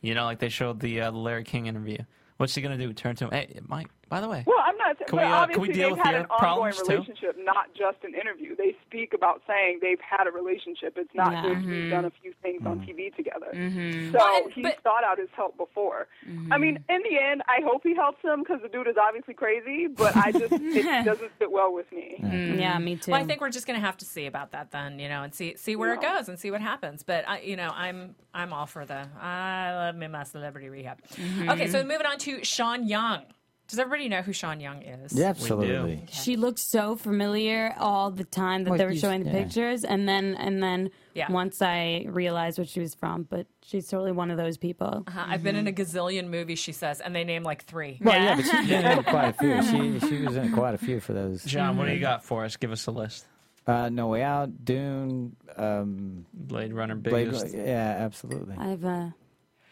You know, like they showed the uh, the Larry King interview. What's he gonna do? Turn to him? Hey, Mike. By the way,
Well, I'm not. but
Can we, uh, can we
obviously,
deal
they've
with
had
your
an ongoing
problems, too?
relationship, not just an interview. They speak about saying they've had a relationship. It's not
Yeah.
just
Mm-hmm.
we've done a few things on
Mm-hmm.
TV together. So
Well, and-
he's
but-
sought out his help before. I mean,
Mm-hmm.
in the end, I hope he helps him because the dude is obviously crazy. But I
<laughs>
just it doesn't fit well with me.
Yeah, me too.
well, I think we're just going to have to see about that then, you know, and see see where it goes and see what happens. But I, you know, I'm I'm all for the I love me my celebrity rehab.
Mm-hmm.
Okay, so moving on to Sean Young. Does everybody know who Sean Young is?
absolutely.
she looked so familiar all the time that
Well,
they were
you-
showing the
yeah.
pictures, and then and then
Yeah.
once I realized what she was from, but she's totally one of those people.
Uh, I've been in a gazillion movies, she says, and they name like three.
Well, yeah, but she's been in quite a few. She she was in quite a few for those.
John, what do you got for us? Give us a list.
Uh, no way out, Dune, um,
Blade Runner,
Blade.
biggest.
Yeah, absolutely.
I have a,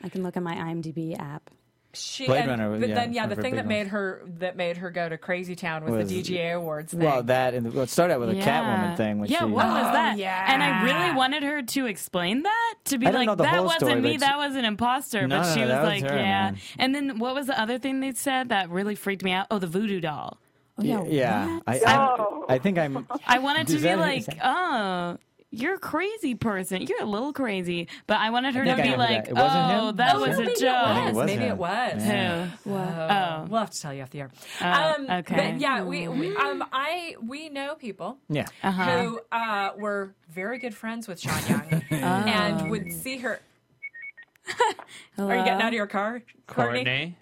I can look at my IMDb app.
She,
Blade
and-
Runner,
but
yeah,
then yeah,
one
the
of her
thing
big
that made
ones.
her that made her go to Crazy Town was,
Was-
the DGA Awards thing.
Well, that and the, well, it started out with a Catwoman thing. When
yeah,
she,
what was that?
yeah.
And I really wanted her to explain that to be
I don't know
like,
the
that
whole
wasn't
story,
me,
but
that was an imposter.
No,
but
no,
she
no, that
was
was
like,
her,
yeah.
man.
And then what was the other thing they said that really freaked me out? Oh, the voodoo doll.
Oh
Yeah,
yeah,
yeah. I,
Oh.
I, I think I'm.
I wanted to
Does
be
that-
like, oh, you're a crazy person. You're a little crazy. But I wanted her to
think I
be
remember
like,
that. It wasn't
oh,
him?
that
Oh,
was
maybe
a
it
think
joke.
it
was.
was
Maybe it
him.
was.
Who?
Oh,
Oh.
we'll have to tell you off the air.
Oh,
um,
okay.
But yeah, we, we
Mm-hmm.
um, I we know people
Yeah.
Uh-huh.
who uh, were very good friends with Sean Young
<laughs> Oh.
and would see her. <laughs> Are you getting out of your car, Courtney?
Courtney.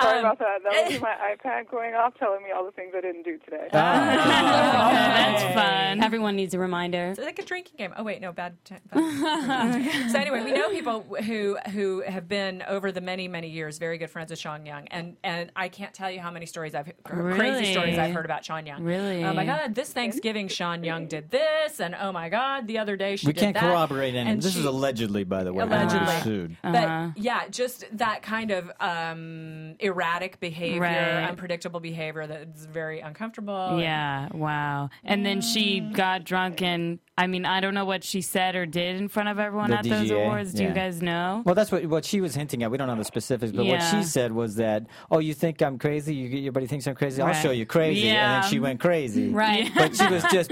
Sorry
Um,
about that. That
eh.
was my iPad going off, telling me all the things I didn't do today.
Uh.
Oh, That's fun.
Everyone needs a reminder.
Oh, It's like a drinking game. Oh wait, no, bad. t-
<laughs>
bad. <laughs> so anyway, we know people who who have been over the many many years very good friends with Sean Young, and and I can't tell you how many stories I've crazy
Really?
stories I've heard about Sean Young.
Really?
Oh my God, this Thanksgiving Sean Young did this, and oh my God, the other day she
We
did
can't
that,
corroborate any.
and
This is
she-
allegedly, by the way. We're
Allegedly.
not sued.
Uh-huh.
but yeah, just that kind of um, erratic behavior,
Right.
unpredictable behavior that's very uncomfortable.
Yeah, wow. And then she got drunk, and I mean, I don't know what she said or did in front of everyone
The
at those
DGA,
awards. Do you
yeah.
guys know?
Well, that's what what she was hinting at. We don't know the specifics, but what
Yeah.
she said was that, "Oh, you think I'm crazy? You, everybody thinks I'm crazy. I'll
Right.
show you crazy." And
Yeah.
then she went crazy.
Right.
But she was just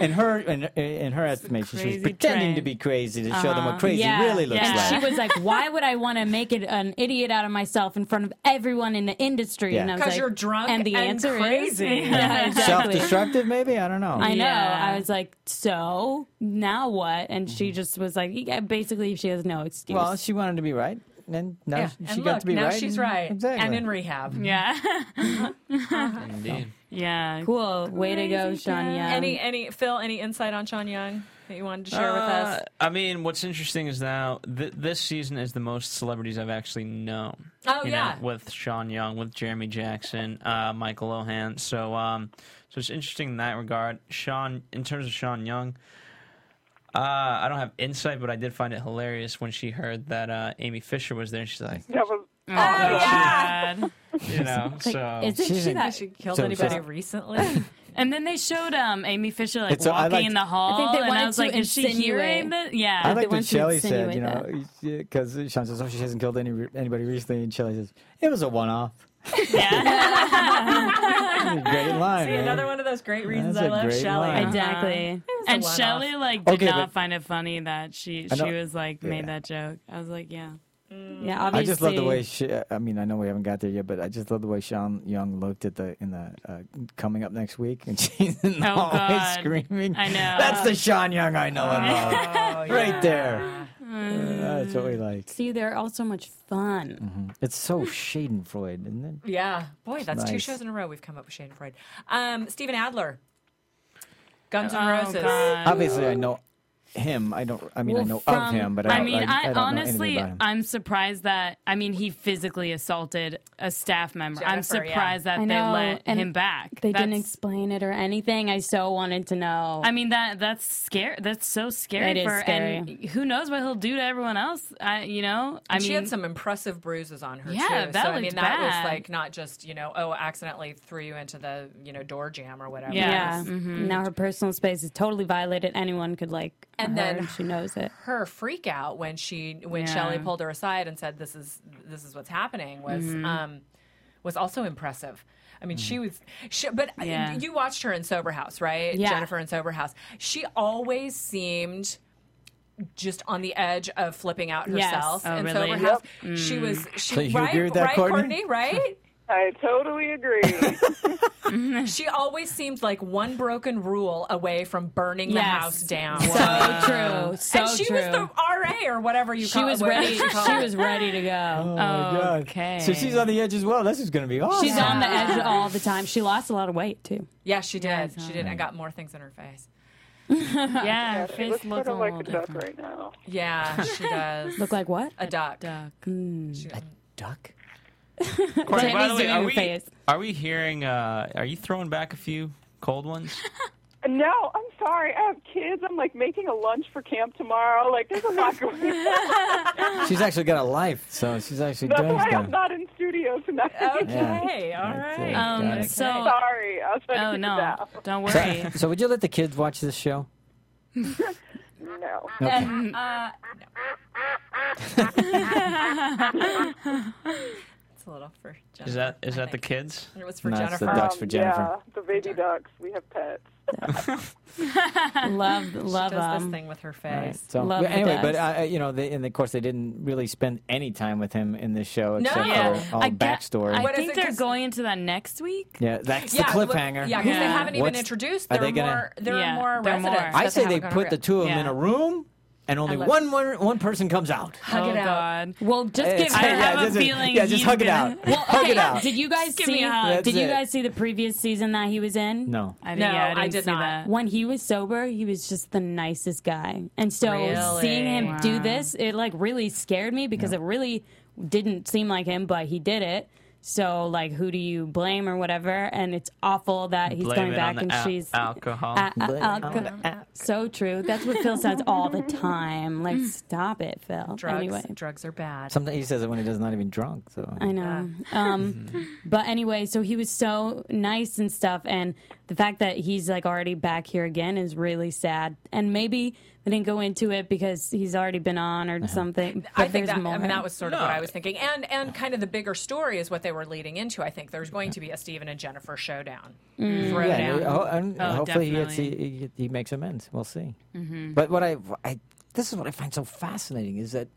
in her in, in her estimation, she was
crazy
pretending
trend.
to be crazy to show them what crazy
Uh-huh. yeah.
really looks
and
like.
she was like, "Why would I want to make it an idiot out of myself in front of everyone in the industry?"
Yeah.
And I was
'Cause
like,
you're drunk
and the
and
answer is-
crazy.
<laughs> yeah, exactly.
Self-destructive, maybe I don't know.
I know.
Yeah.
I was like, "So now what?" And she just was like, yeah, "Basically, she has no excuse."
well,
<laughs>
she wanted to be right, and now
Yeah.
she,
And
she
look,
got to be
now
right.
she's
and-
right.
Exactly.
And in rehab.
Yeah.
Indeed.
yeah.
cool. Way to go,
Crazy
Sean
cat. <laughs>
Young.
Any any Phil, any insight on Sean Young that you wanted to share with us?
Uh, I mean, what's interesting is now th- this season is the most celebrities I've actually known.
Oh,
you
yeah.
know,
<laughs>
with Sean Young, with Jeremy Jackson, uh, Michael Lohan. So, um, so it's interesting in that regard. Sean, in terms of Sean Young, uh, I don't have insight, but I did find it hilarious when she heard that uh, Amy Fisher was there. She's like,
<laughs> That was
Oh,
yeah.
God.
<laughs>
you know, so
Isn't
She's
she
in-
that?
She killed
So-
anybody
so-
recently?
<laughs> And then they showed um Amy Fisher like
It's- I
walking
liked-
in the hall,
think they
and
wanted
I was like,
to
"Is she hearing
insinuate.
that?" Yeah,
I
they
like what
want to
Shelley said, you
insinuate
know, because Sean says, "Oh, she hasn't killed any anybody recently," and Shelley says, "It was a one-off."
yeah,
<laughs>
<laughs>
Great line.
See,
man.
another one of those great reasons
That's
I
a
love
great
Shelley.
line.
Uh-huh.
exactly.
a
And
one-off.
Shelley like did
Okay, but-
not find it funny that she
I
she
don't-
was like
yeah.
made that joke. I was like, "Yeah,
Yeah, obviously.
I just love the way she. I mean, I know we haven't got there yet, but I just love the way Sean Young looked at the in the uh, coming up next week, and <laughs> she's in the
Oh,
hallway
God.
screaming.
I know.
That's the Sean Young I know and love, <laughs> right there. Uh, that's what we like.
See, they're all so much fun.
It's so Schadenfreud, isn't it?
Yeah. Boy, that's two
Nice.
shows in a row we've come up with Shane Freud. Um, Steven Adler. Guns N'
Oh,
Roses.
God.
Obviously, Mm-hmm. I know him. I don't. I mean, I
Well,
know of
from-
him, but I,
I
don't,
mean,
I,
I,
I don't
honestly,
know anything about him.
I'm surprised that I mean he physically assaulted a staff member. I'm
Jennifer, yeah.
surprised that
I know,
they let
and
him back.
They didn't
That's-
explain it or anything. I so wanted to know.
I mean that that's scary. That's so scary
It is
for and who knows what he'll do to everyone else. I you know I
And she
mean
had some impressive bruises on her
Yeah,
too.
that
so I mean,
looked
that
bad.
was like not just you know, oh, accidentally threw you into the you know door jam or whatever.
Yeah. Mm-hmm.
yeah. Now her personal space is totally violated. Anyone could like,
And
her,
then-
and she knows it.
her freak out when she when
Yeah.
Shelley pulled her aside and said this is this is what's happening was
Mm-hmm.
um was also impressive. I mean, she was, she, but uh,
Mm. Yeah.
you watched her in Sober House, right?
Yeah.
Jennifer in Sober House. She always seemed just on the edge of flipping out
Yes.
herself
Oh,
in
really? Mm.
Sober House. She was, she,
So you
right,
agree with that,
right,
Courtney?
Courtney, right?
I totally agree.
<laughs>
She always seemed like one broken rule away from burning the
Yes.
house down.
Uh,
So true. So
and she
true.
was the RA or whatever you
she
call
was
whatever
ready.
you call
she
it.
was ready
<laughs>
to go.
Oh my God.
okay.
So she's on the edge as well. This is going to be awesome.
She's on
<laughs>
the edge all the time. She lost a lot of weight too.
Yeah, she did. she did. I got more things in her face.
<laughs> yeah, her
she looks
face
sort
looks a
of like
little
a duck right
different.
now.
Yeah, she does.
Look like what? Hmm.
a duck.
Duck.
She-
<laughs>
duck.
Courtney, by
Jamie's
the way,
doing
are
her
we,
face.
are we hearing? Uh, are you throwing back a few cold ones?
No, I'm sorry. I have kids. I'm like making a lunch for camp tomorrow. Like there's a
<laughs>
lot going on.
She's actually got a life, so she's actually
That's
doing
why
stuff.
I'm not in studio tonight.
Oh, Okay,
Yeah.
all
That's
right.
it.
Um,
Got it.
so
<laughs> sorry. I was trying
oh
to
no,
keep it
<laughs>
don't worry.
So would you let the kids watch this show?
down. No.
Uh,
<laughs> It's a little for Jennifer.
Is
<laughs>
that is
I
that the
think.
kids?
It was for
No, it's
Jennifer.
the duck. Ducks for Jennifer.
Um, Yeah, the baby ducks. We have pets.
<laughs>
She
Love, love
does this
them.
thing with her
Right,
face.
So Well,
Love the
anyway, but
Ducks.
uh, you know, they, and of course, they didn't really spend any time with him in this show except
Yeah.
for all
I get-
backstory.
I
What is
think
it,
they're
'cause-
going into that next week.
yeah, that's
Yeah,
the
well,
cliffhanger.
Yeah, because they
Yeah.
haven't even
What's-
introduced.
are
There are,
they gonna-
more. There
Yeah,
are more
there are more.
residents. that
I say they
haven't gone
put
over
the
yet.
two of them in
Yeah.
a room, and only
love-
one one one person
<laughs>
comes out.
Hug
oh
it out.
God.
Well, just give
It's-
her.
I have a
just,
feeling
Yeah, just
he's
hug it
gonna-
<laughs>
out.
well,
hug
okay,
it out.
Did you guys
Give
see?
me a
uh,
hug.
Did
That's
you
it.
guys see the previous season that he was in?
no.
I
No,
didn't, yeah, I,
I
didn't
did
see
not.
That.
When he was sober, he was just the nicest guy, and so
Really?
seeing him
Wow.
do this, it like really scared me because it really didn't seem like him, but he did it. So like, who do you blame or whatever? And it's awful that he's
Blame
coming
it
back
on
and
the al-
she's
alcohol.
a- a-
Blame it
alco-
on the
so true. That's what Phil says all the time.
Mm.
Like, stop it, Phil.
Drugs.
Anyway,
Drugs are bad.
Sometimes he says it when he does not even drunk. So <laughs>
I know. Um, but anyway, so he was so nice and stuff, and the fact that he's like already back here again is really sad. And maybe they didn't go into it because he's already been on
Uh-huh.
or something. but
I think
there's
that I
more.
mean that was sort of what I was thinking, and and kind of the bigger story is what they were leading into. I think there's going to be a Steven and Jennifer showdown, throwdown.
Yeah, ho- and
Oh,
hopefully he, gets, he,
definitely. Mm-hmm.
he, he makes amends. We'll see. But what I, I, this is what I find so fascinating is that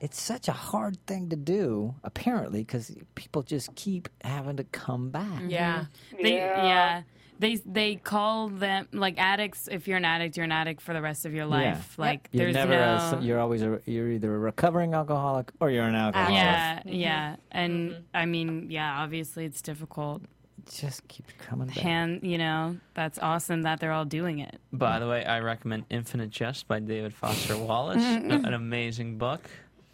it's such a hard thing to do, apparently, because people just keep having to come back.
Yeah.
They,
Yeah.
yeah. They they call them like addicts. If you're an addict, you're an addict for the rest of your life.
Yeah.
Like
You're
there's
never,
no.
a, you're always, a, you're either a recovering alcoholic or you're an alcoholic.
yeah,
Mm-hmm.
yeah, and I mean, yeah. Obviously, it's difficult.
It just keeps coming back.
<laughs>
Hand, you know, that's awesome that they're all doing it.
By the way, I recommend Infinite Jest by David Foster Wallace, an amazing book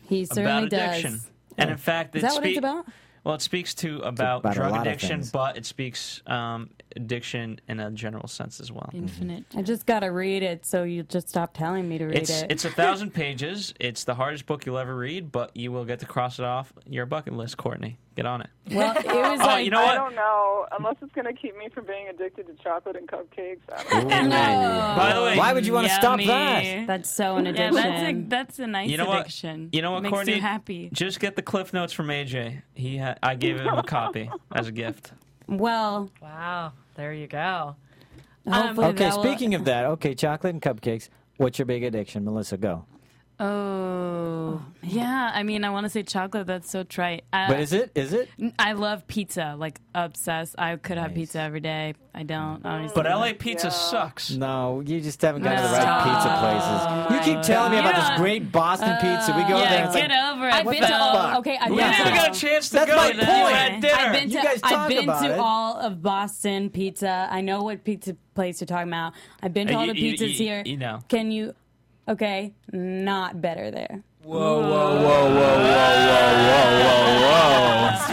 he
about
certainly does.
addiction. And in fact,
Is
it
that what it's
spe-
about?
Well, it speaks to about,
about a lot
drug
of
addiction,
things.
but it speaks um, addiction in a general sense as well.
Infinite.
I just gotta read it, so you just stop telling me to read
It's
it.
it's a thousand pages. It's the hardest book you'll ever read, but you will get to cross it off your bucket list, Courtney. Get on it.
well, it was
Oh,
like
you know
I
what?
don't know unless it's going to keep me from being addicted to chocolate and cupcakes. I don't know.
By the way,
Why would you want to stop
Oh, Yummy.
that?
that's so an
Yeah,
addiction.
that's a that's a nice
You know what?
addiction.
You know what,
Makes
Courtney?
you happy.
Just get the cliff notes from AJ. He, ha- I gave
<laughs>
him a copy as a gift.
Oh well,
Wow. There you go.
Um,
hopefully
Okay,
that will-
speaking of that, okay, chocolate and cupcakes. What's your big addiction, Melissa? Go.
Oh, yeah. I mean, I want to say chocolate. That's so trite. Uh,
But is it? Is it?
I love pizza. Like obsessed. I could have
Nice.
pizza every day. I don't. Obviously.
But LA pizza sucks.
No, you just haven't gone to the
No.
right pizza places. You keep telling me about
Yeah.
this great Boston pizza. We go
yeah,
there. and it's
get
like,
over it.
I've
What
been
the
to
fuck?
okay, I've
We
been
never
to
got a chance to
That's
go
my
to that
point.
dinner.
I've
I've been
You
to,
guys
I've
talk
been
about
to
it.
all of Boston pizza. I know what pizza place you're talking about. I've been to
Uh,
all
you-
the
you-
pizzas
you-
here.
you know.
Can you? Okay, not better there. Whoa, whoa, whoa, whoa, whoa, whoa, whoa,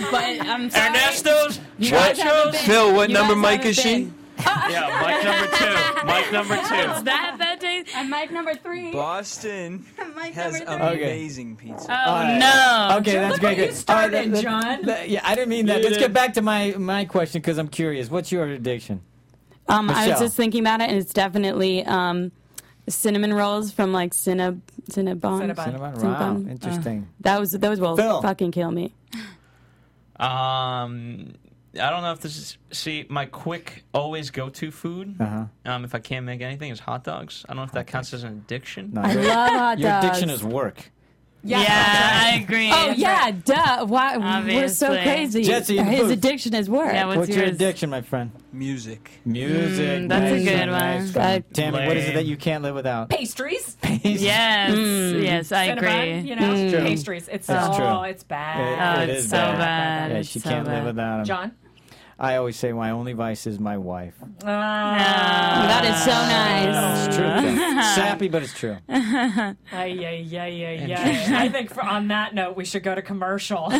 whoa. But
<laughs>
I'm sorry.
Ernesto's,
You guys haven't
Chachos.
been.
Phil, what
You
number
guys
mic
haven't
is she?
been.
Yeah, Mike number two. Mike number two.
that that day.
I'm mic number three.
Boston
<laughs> Mic
has
number three.
Okay.
amazing pizza.
Uh,
Oh
right.
no.
Okay, that's great.
you
Good. All right,
started,
let- let-
John.
let- yeah, I didn't mean that.
You
Let's
did.
get back to my my question because I'm curious. What's your addiction?
Um, I was
Michelle.
just thinking about it, and it's definitely um, cinnamon rolls from like Cinnab- Cinnabon.
Cinnabon.
Cinnamon. Wow,
Cinnabon.
interesting.
Those those will
Phil.
fucking kill me.
Um, I don't know if this is. See, my quick, always go to food,
Uh-huh.
um, if I can't make anything, is hot dogs. I don't know if that counts as an addiction.
No,
I
your-
love hot dogs.
your addiction is work.
Yeah,
<laughs>
I agree.
Oh yeah, duh. Why we're so
Obviously.
crazy?
Jesse in the
His
booth.
addiction is work.
Yeah, what's,
What's, your
yours?
addiction, my friend?
Music.
Music.
Mm, that's a
Nice
good
nice
one.
Uh,
Tammy, what is it
Lame.
that you can't live without? <laughs>
Pastries.
Yes,
Hmm.
yes, I
Cinnabon,
agree.
You know,
true.
pastries. It's
That's
oh,
true.
it's
Oh,
It
bad.
it's
is
so
bad.
bad.
Yeah,
It's
she
so
can't
bad.
live without him.
John.
I always say my only vice is my wife.
Ah.
that is so nice.
It's true. though. Sappy, but it's true.
Ay, ay, ay, ay, ay. I think for, on that note, we should go to commercial. <laughs>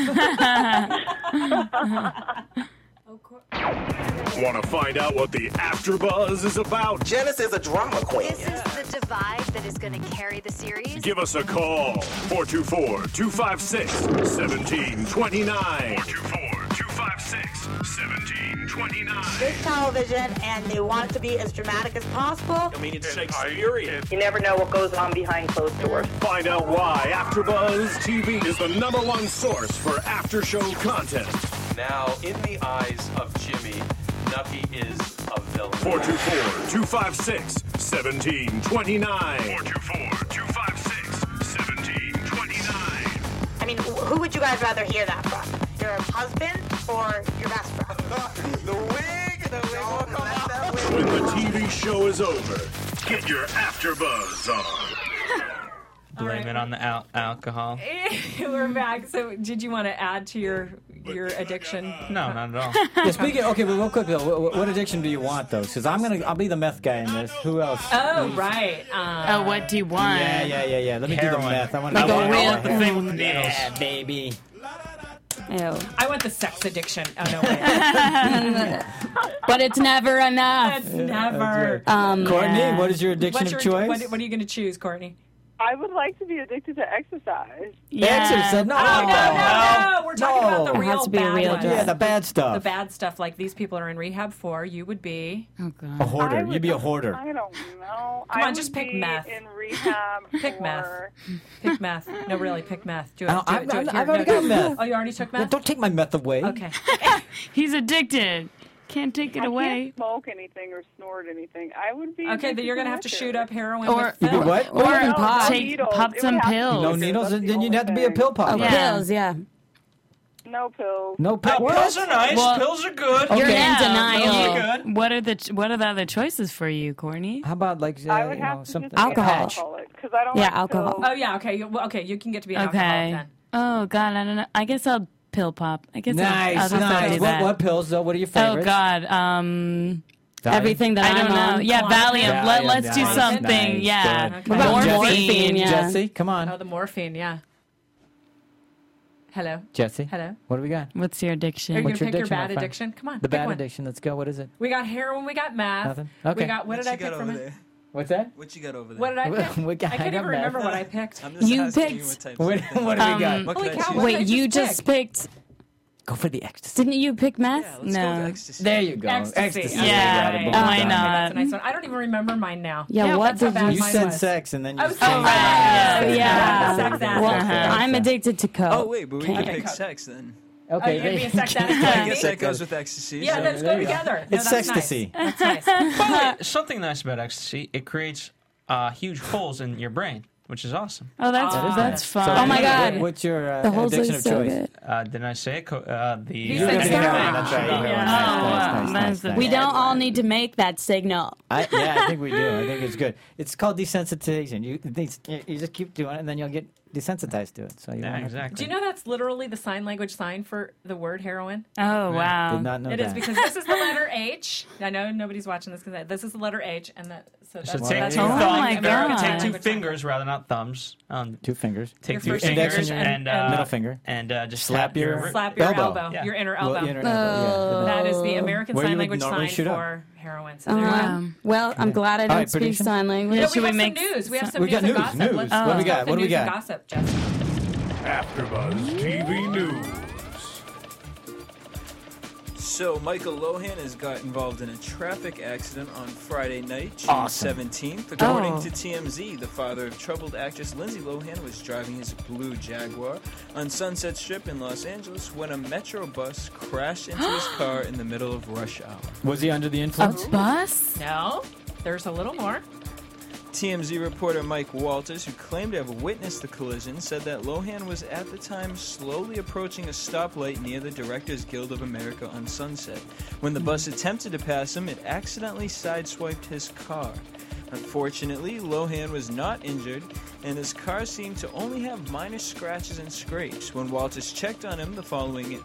Want to find out what the AfterBuzz is about?
Janice is a drama queen.
This is the divide that is going to carry the series.
Give us a call. 424-256-1729. 424-256-1729.
It's television, and they want it to be as dramatic as possible.
I mean, it's Shakespearean.
You never know what goes on behind closed doors.
Find out why AfterBuzz TV is the number one source for after-show content.
Now, in the eyes of Jimmy, Nucky is a villain. <laughs>
424-256-1729. 424-256-1729.
I mean, wh- who would you guys rather hear that from? Your husband or your best friend? the wig, the wig will come out.
When the TV show is over, get your AfterBuzz on.
Blame it on the al- alcohol.
<laughs> We're back. So, did you want to add to your your addiction?
No, not at
<laughs>
all.
Yeah, speaking. Okay, but real quick though, what, what addiction do you want though? Because I'm gonna, I'll be the meth guy in this. Who else?
Oh, right. Um,
Oh, what do you want?
Yeah, yeah, yeah, yeah. Let me do the
Heroin.
meth. I want to
I want, I
real-
want the thing with the needles.
Yeah, baby.
Ew.
I want the sex addiction. Oh no,
<laughs>
wait.
But it's never enough. Um,
that's never.
Courtney, what is your addiction
What's your,
of choice?
What, what are you going to choose, Courtney?
I would like to be addicted to exercise.
Exercise? uh, No.
Oh, no, no, no. We're talking about
No.
the
It
real
has to be a
bad
real
ones.
drug. Yeah, the bad stuff.
The bad stuff like these people are in rehab for. You would be.
Oh,
A hoarder. You'd be a hoarder.
I don't know.
Come
I
on,
would
just pick
be
meth. <laughs>
In rehab.
Pick meth. Pick meth. No, really, pick meth. Do it.
I-
do it, do
I-
it.
Oh, I've
Here,
already
no.
got meth.
Oh, you already took
Yeah,
meth?
don't take my meth away.
Okay.
He's addicted. Can't take it
I
away.
can't smoke anything or snort anything. I would be.
Okay, then you're going to have
<laughs>
to shoot up heroin
Or-
with
You do
film.
what?
Or
No,
no
take
needles.
pop
It would
some
have to be
pills.
No needles, and then you'd have to be a pill popper.
Oh,
Yeah.
pills, yeah.
No pills.
No pill.
Now, pills are nice.
Well-
pills are good.
You're
Yeah,
in
Pills
denial.
are good.
What are the What are the other choices for you, Corny?
How about like uh,
I would
you
have
know,
to just
something? Uh,
be an
Alcohol.
alcoholic, 'cause I don't
Yeah,
like
alcohol.
pills.
Oh, yeah, okay. You, well, okay, you can get to be an alcoholic
Okay.
then.
Oh God, I don't know. I guess I'll pill pop. I guess I'll- I'll,
Nice,
just not
nice.
do
What,
that.
what pills though? What are your
oh
favorites?
God. Um.
Diet?
Everything that
I
am
don't know.
on.
Yeah,
Clonopin.
Valium. Let,
Valium,
let's do
nice,
something.
nice,
yeah.
good.
What about
Morphine.
morphine? Yeah.
Jesse, come on.
Oh, the morphine, yeah. Hello.
Jesse,
Hello.
what do we got?
What's
Are
your
you
addiction?
going
What's
to
your
pick your
addiction, my
bad
friend?
addiction? Come on.
The
pick
bad
one.
addiction. Let's go. What is it?
We got heroin, we got math.
Nothing?
We
Okay.
got, what did
you
I
got
pick
over
from it?
there?
What's that?
What you got over there?
What did I
<laughs>
pick?
We got-
I
I
can't
got
even remember
meth.
what I picked.
I'm just
You
asking
picked-
you what types of
What,
things.
what do we got?
Um,
What
Holy
could I
cow,
choose?
what did I
Wait, you just
pick?
picked?
Go for the ecstasy.
Didn't you pick
Yeah,
meth?
let's go to
No.
ecstasy.
There you go.
Ecstasy.
You
Yeah,
got it. Boom,
why
done.
not?
That's a nice one. I don't even remember mine now.
Yeah,
Yeah,
what
that's how
did
bad
you?
You
mine
said
was.
sex, and then you.
I was
said-
so
yeah.
Oh,
bad.
Yeah.
Sex addict.
Well,
Okay.
I'm addicted to coke.
Oh wait, but we can
Okay.
pick sex then.
Oh,
Okay,
you're gonna be a sex
there <laughs> you
addict.
go.
I guess
Andy?
that goes with ecstasy.
Yeah,
so-
let's go together. No,
It's
that's
sextasy.
Nice. That's nice.
But something nice about ecstasy, it creates uh, huge holes in your brain, which is awesome.
Oh, that's
That is
that's
So
fun.
Oh my
what-
God.
what- What's your uh,
the holes are
addiction of
so
choice?
good.
Uh, didn't I say it? Co- uh, the
He
You're
said
gonna be
heroin.
heroin, That's right.
Oh,
heroin.
wow.
Nice, nice, nice,
That's
nice,
the
nice.
We don't all need to make that signal.
I, yeah, I think we do. I think it's good. It's called desensitization. You they, you just keep doing it, and then you'll get desensitized to it. So you
Yeah,
won't have-
exactly.
Do you know that's literally the sign language sign for the word heroin?
Oh wow.
Did not know
Um, It
that.
is because this is the letter H. I know nobody's watching this because this is the letter H, and that so that's,
So
Well,
take
that's
two
Oh
what
thumbs.
the
my
American
God.
sign
Take two
language sign.
fingers rather not thumbs. Um,
two fingers,
Your
take two
first
fingers,
index and your
and uh,
middle finger.
and uh, just
Slap
tap
your-
Slap your elbow,
Elbow.
Yeah.
your inner
Well,
elbow. Oh.
inner elbow, yeah.
that is the American
Where you
sign
would
language
normally
sign
shoot up.
for heroin.
Um,
So there you go.
Uh-huh. Well, I'm glad I
All
don't
right,
speak
prediction?
sign language.
No,
should
we
Oh, we
have
make-
some news. We have some
We
news
got
and
news,
gossip.
news.
Let's
What do
go
we got?
with the
What do we
news and
got?
Gossip, Jess.
AfterBuzz TV News.
So Michael Lohan has got involved in a traffic accident on Friday night, June
Awesome.
17th. According
Oh.
to TMZ, the father of troubled actress Lindsay Lohan was driving his blue Jaguar on Sunset Strip in Los Angeles when a metro bus crashed into his car in the middle of rush hour.
Was he under the
A
influence?
bus?
No, there's a little more.
TMZ reporter Mike Walters, who claimed to have witnessed the collision, said that Lohan was at the time slowly approaching a stoplight near the Directors Guild of America on Sunset. When the bus attempted to pass him, it accidentally sideswiped his car. Unfortunately, Lohan was not injured, and his car seemed to only have minor scratches and scrapes. When Walters checked on him the following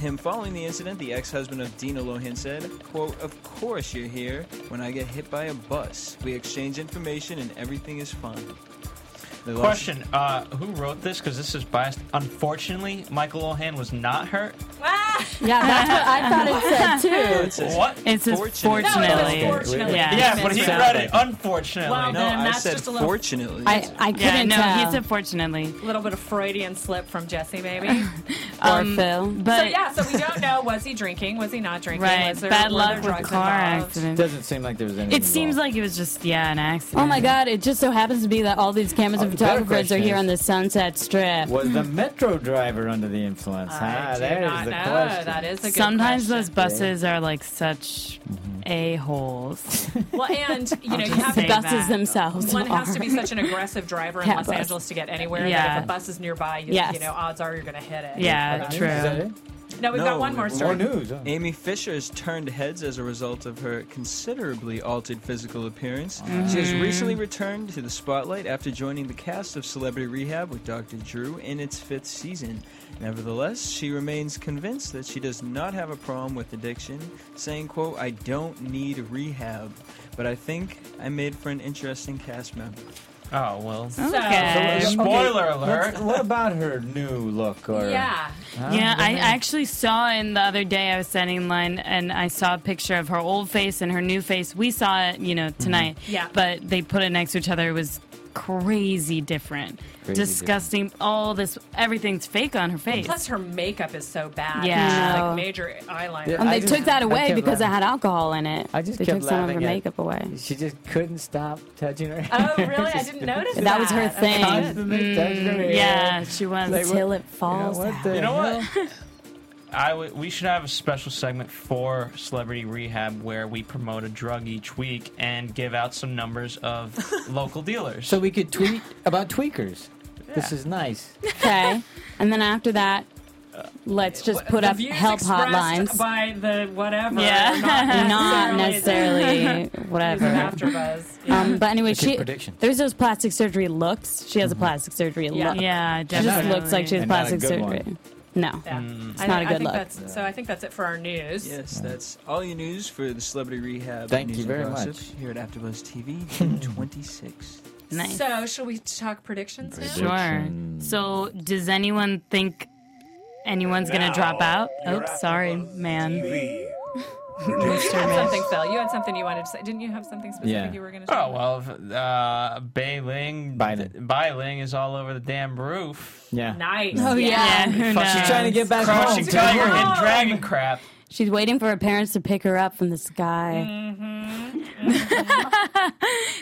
him following the incident, the ex-husband of Dina Lohan said, quote, Of course you're here when I get hit by a bus. We exchange information and everything is fine. They lost-
Question: uh, Who wrote this? Because this is biased. Unfortunately, Michael Lohan was not hurt.
Ah!
Yeah, that's what I thought it
No,
said too.
it says
What?
It says
Fortunately. No, it says
fortunately.
fortunately.
Yeah.
Yeah, but he
Sounds
read it. Unfortunately,
Well,
No,
Then
I
that's
said
just a little-
fortunately.
I, I couldn't uh,
Yeah, no,
tell.
he said fortunately.
A little bit of Freudian slip from Jesse, maybe.
<laughs>
or
Um,
Phil.
But
so yeah, so we don't know. Was he drinking? Was he not drinking?
right,
Was there,
bad
were
luck
there
with the
drugs
car
involved?
accident.
Doesn't seem like there was anything.
It seems
involved.
like it was just yeah an accident.
Oh my God! It just so happens to be that all these cameras and
Oh, the better
photographers are
question
here
is-
on the Sunset Strip.
<laughs>
was the metro driver under the influence?
I
ah,
do
there's
not
the
know.
question.
That is a good
Sometimes those
question.
buses are like such
Mm-hmm. <laughs>
a holes.
Well,
<laughs>
and you know, you
just
have
say
to
The buses
that.
themselves.
One has
are.
to be such an aggressive driver in
Cat
Los
bus.
Angeles to get anywhere. That
Yeah.
if a bus is nearby, you,
Yes.
you know, odds are you're going to hit it.
Yeah,
Is that
true.
it?
No, we've
No,
got one more
more
story.
More news. Oh. huh?
Amy Fisher has turned heads as a result of her considerably altered physical appearance. She
Mm-hmm.
has recently returned to the spotlight after joining the cast of Celebrity Rehab with Dr. Drew in its fifth season. Nevertheless, she remains convinced that she does not have a problem with addiction, saying, quote, I don't need rehab, but I think I made for an interesting cast member.
Oh well.
Okay.
So-
Spoiler alert.
Let's- What about her new look? Or
Yeah.
Yeah, I actually saw in the other day I was standing in line and I saw a picture of
Mm-hmm.
her old face and her new face. We saw it, you know, tonight.
Yeah.
But they put it next to each other. It was
crazy different,
Crazy
disgusting. All this, everything's fake on her face.
Plus, her makeup is so bad.
Yeah.
She's
No.
like major eyeliner.
and they took that away because it had alcohol in it.
I just
they
kept
took some of her
laughing at-
makeup away.
She just couldn't stop touching her.
Oh, really? I didn't notice
That,
that.
was her
Okay.
<laughs>
thing.
Constantly touching
Mm,
her hair.
yeah, she was.
Like, what-
Till it falls
you know, what the
You know
hell?
what? I w- we should have a special segment for Celebrity Rehab where we promote a drug each week and give out some numbers of local dealers.
So we could tweet about tweakers. This
Yeah.
is nice.
Okay. And then after that, let's just put
the
up
views
help
expressed
hotlines.
by the whatever.
Yeah.
<laughs>
are <laughs>
<laughs>
Not necessarily
the-
whatever.
Using after buzz. Yeah.
Um, but anyway,
Okay,
she
prediction. Mm-hmm.
there's those plastic surgery looks. She has a plastic surgery
Yeah.
look.
yeah,
She
definitely.
just looks like she has
And not a
plastic
good one.
surgery. No.
Yeah.
It's
I
not
thi-
a
I
good
think
look.
That's, so I think that's it for our news.
Yes, that's all your news for the celebrity rehab.
Thank
news
you
and
very
gossip
much.
Here at AfterBuzz
<laughs>
TV, June 26th.
Nice.
So, shall we talk predictions now?
Sure. So, does anyone think anyone's going to drop out? Oh, sorry, man.
You had something, Phil. You had something you wanted to say. Didn't you have something specific
Yeah.
you were going to say?
Oh well, if, uh, Bei Ling,
Biden.
Bei Ling is all over the damn roof,
<laughs> Yeah.
Nice.
Oh, yeah.
who knows?
Trying to get back
crushing
home.
tiger and
home.
dragon crap.
She's waiting for her parents to pick her up from the sky.
Mm-hmm. <laughs>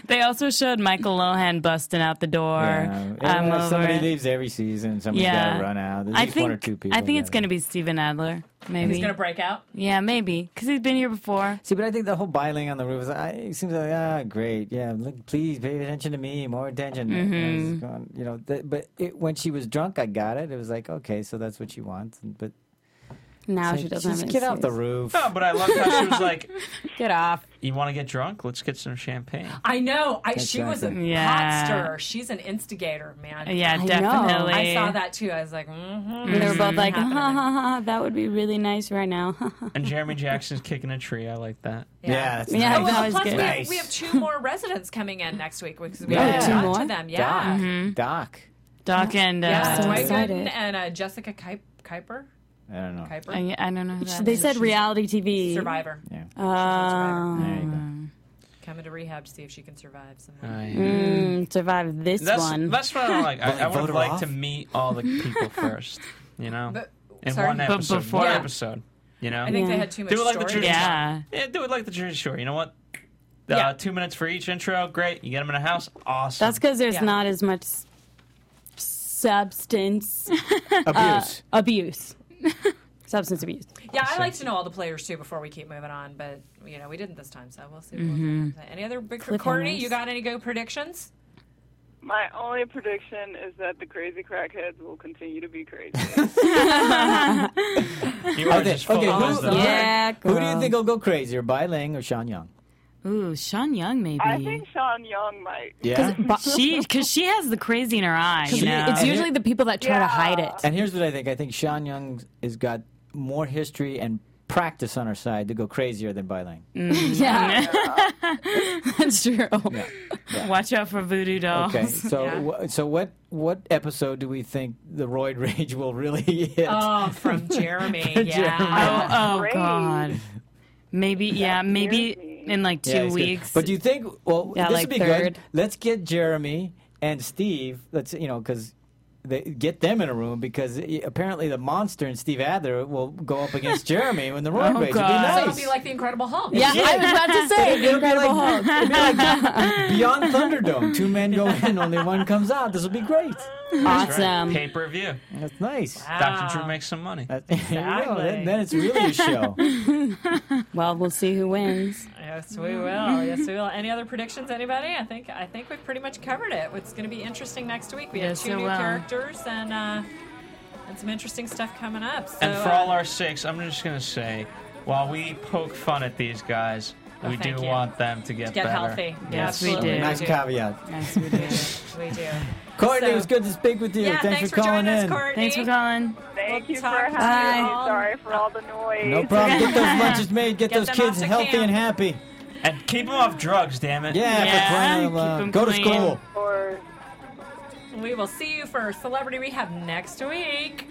They also showed Michael Lohan busting out the door.
Yeah.
I'm
um,
Yeah,
over
somebody
it.
leaves every season. Somebody's
Yeah.
got to run out. There's
I
at least
think
one or two people.
I think it's
gotta-
going to be Steven Adler. Maybe.
He's going to break out.
yeah, maybe because he's been here before.
See, but I think the whole biling on the roof is. I, it seems like ah, great. Yeah, look, please pay attention to me. More attention. And I was going, you know, th- but it, when she was drunk, I got it. It was like, okay, so that's what she wants. But
Now
it's
she
like,
doesn't
just
have any
get off the
excuse.
roof.
Oh.
No, but I love how she was like,
Get off.
"You want to get drunk? Let's get some champagne."
I know. I, she was a
Exactly.
hot
Yeah.
stirrer. She's an instigator, man.
Yeah,
I know.
definitely.
I saw that too. I was like, mm-hmm.
And they were both like, uh-huh. ha
Happening.
ha ha, ha, that would be really nice right now. <laughs>
And Jeremy Jackson's kicking a tree. I like that.
Yeah, that's
Yeah,
nice.
that was
Oh, plus
good.
We, have,
Nice.
we have two more residents coming in next week because we
Yeah.
haven't
Two
gotten
more?
to them.
Doc,
Mm-hmm.
Yeah,
Doc.
Doc and uh,
yeah.
So
Dwight
excited.
Gooden and uh, Jessica Kuip- Kuiper.
I don't know.
Kuiper.
I, I don't know. Who that
they
is.
said reality TV.
Survivor.
Yeah.
Oh.
There you go.
Coming to rehab to see if she can survive somewhere.
I-
Mm, survive this
that's
one.
that's what I like. I, I
vote
would
her
like
off?
to meet all the
<laughs>
people first. You know,
But-
in
sorry?
one
But
episode,
before-
one
Yeah.
episode. You know,
I think they
Yeah.
had too much
Do it like the
story.
Jersey
Yeah.
Yeah, do it like the Jersey Shore. You know what?
Yeah.
Uh, two minutes for each intro. Great. You get them in a house. Awesome.
That's because there's
Yeah.
not as much s- substance uh,
Abuse.
abuse. substance abuse.
Yeah, I like to know all the players too before we keep moving on, but you know we didn't this time, so we'll see. What we'll do. Any other big Courtney?
Cliffhangers.
You got any go predictions?
My only prediction is that the crazy crackheads will continue to be crazy.
<laughs>
you are
Okay,
just full
okay,
of
who-
wisdom.
Yeah.
Yeah,
Who do you think will go crazier, Bai Ling or Sean Young?
Ooh, Sean Young maybe.
I think Sean Young might.
Yeah.
<laughs> she because she has the crazy in her eye. You know?
It's usually the people that try to hide it.
And here's what I think. I think Sean Young has got more history and practice on her side to go crazier than Bai Ling.
Mm-hmm.
Yeah, <laughs> that's true.
Watch out for voodoo dolls. <laughs>
Okay, so wh- so what what episode do we think the roid <laughs> rage will really hit?
<laughs> Oh, from Jeremy. yeah.
Oh, oh,
Great.
God. Maybe yeah, maybe
scares me.
in like two
Yeah, it's good.
weeks.
But do you think? Well,
Yeah,
this
like
would be
third.
good. Let's get Jeremy and Steve. Let's you know because. They, get them in a room because i- apparently the monster and Steve Adler will go up
<laughs>
against Jeremy when the roid
Oh,
rage.
God.
It'll
It'd
be
be nice.
like the Incredible Hulk.
Yeah, I was about to say the Incredible Hulk.
It'd be like Beyond Thunderdome. Two men go in, only one comes out. This will be great.
Awesome.
Pay per view.
That's nice.
Dr. Drew makes some money.
That- <laughs> there you go. Then, then it's really a show.
Well, we'll see who wins.
Yes, we will. Yes, we will. Any other predictions, anybody? I think I think we've pretty much covered it. It's going to be interesting next week. We
Yes,
have two
it
new
will.
characters and uh, and some interesting stuff coming up. So,
and for
uh,
all our six, I'm just going to say while we poke fun at these guys,
Oh,
we do
thank you.
want them to get,
get
better.
healthy.
Yes, we
absolutely.
do.
nice caveat.
Yes, we do.
We
<laughs>
do.
Courtney,
So-
it was good to speak with you.
Yeah,
thanks,
thanks for
calling
joining us,
in.
Courtney.
Thanks for calling.
Thank you for
Talk
having
to
me.
you all.
Sorry for all the noise.
No problem. Get those lunches made. Get,
Get
those
them
kids
off to
healthy
camp.
and happy.
And keep them off drugs, damn it.
Yeah,
Yeah,
for crying out
keep
loud.
'em
Go to
clean.
school.
Or-
We will see you for Celebrity Rehab next week.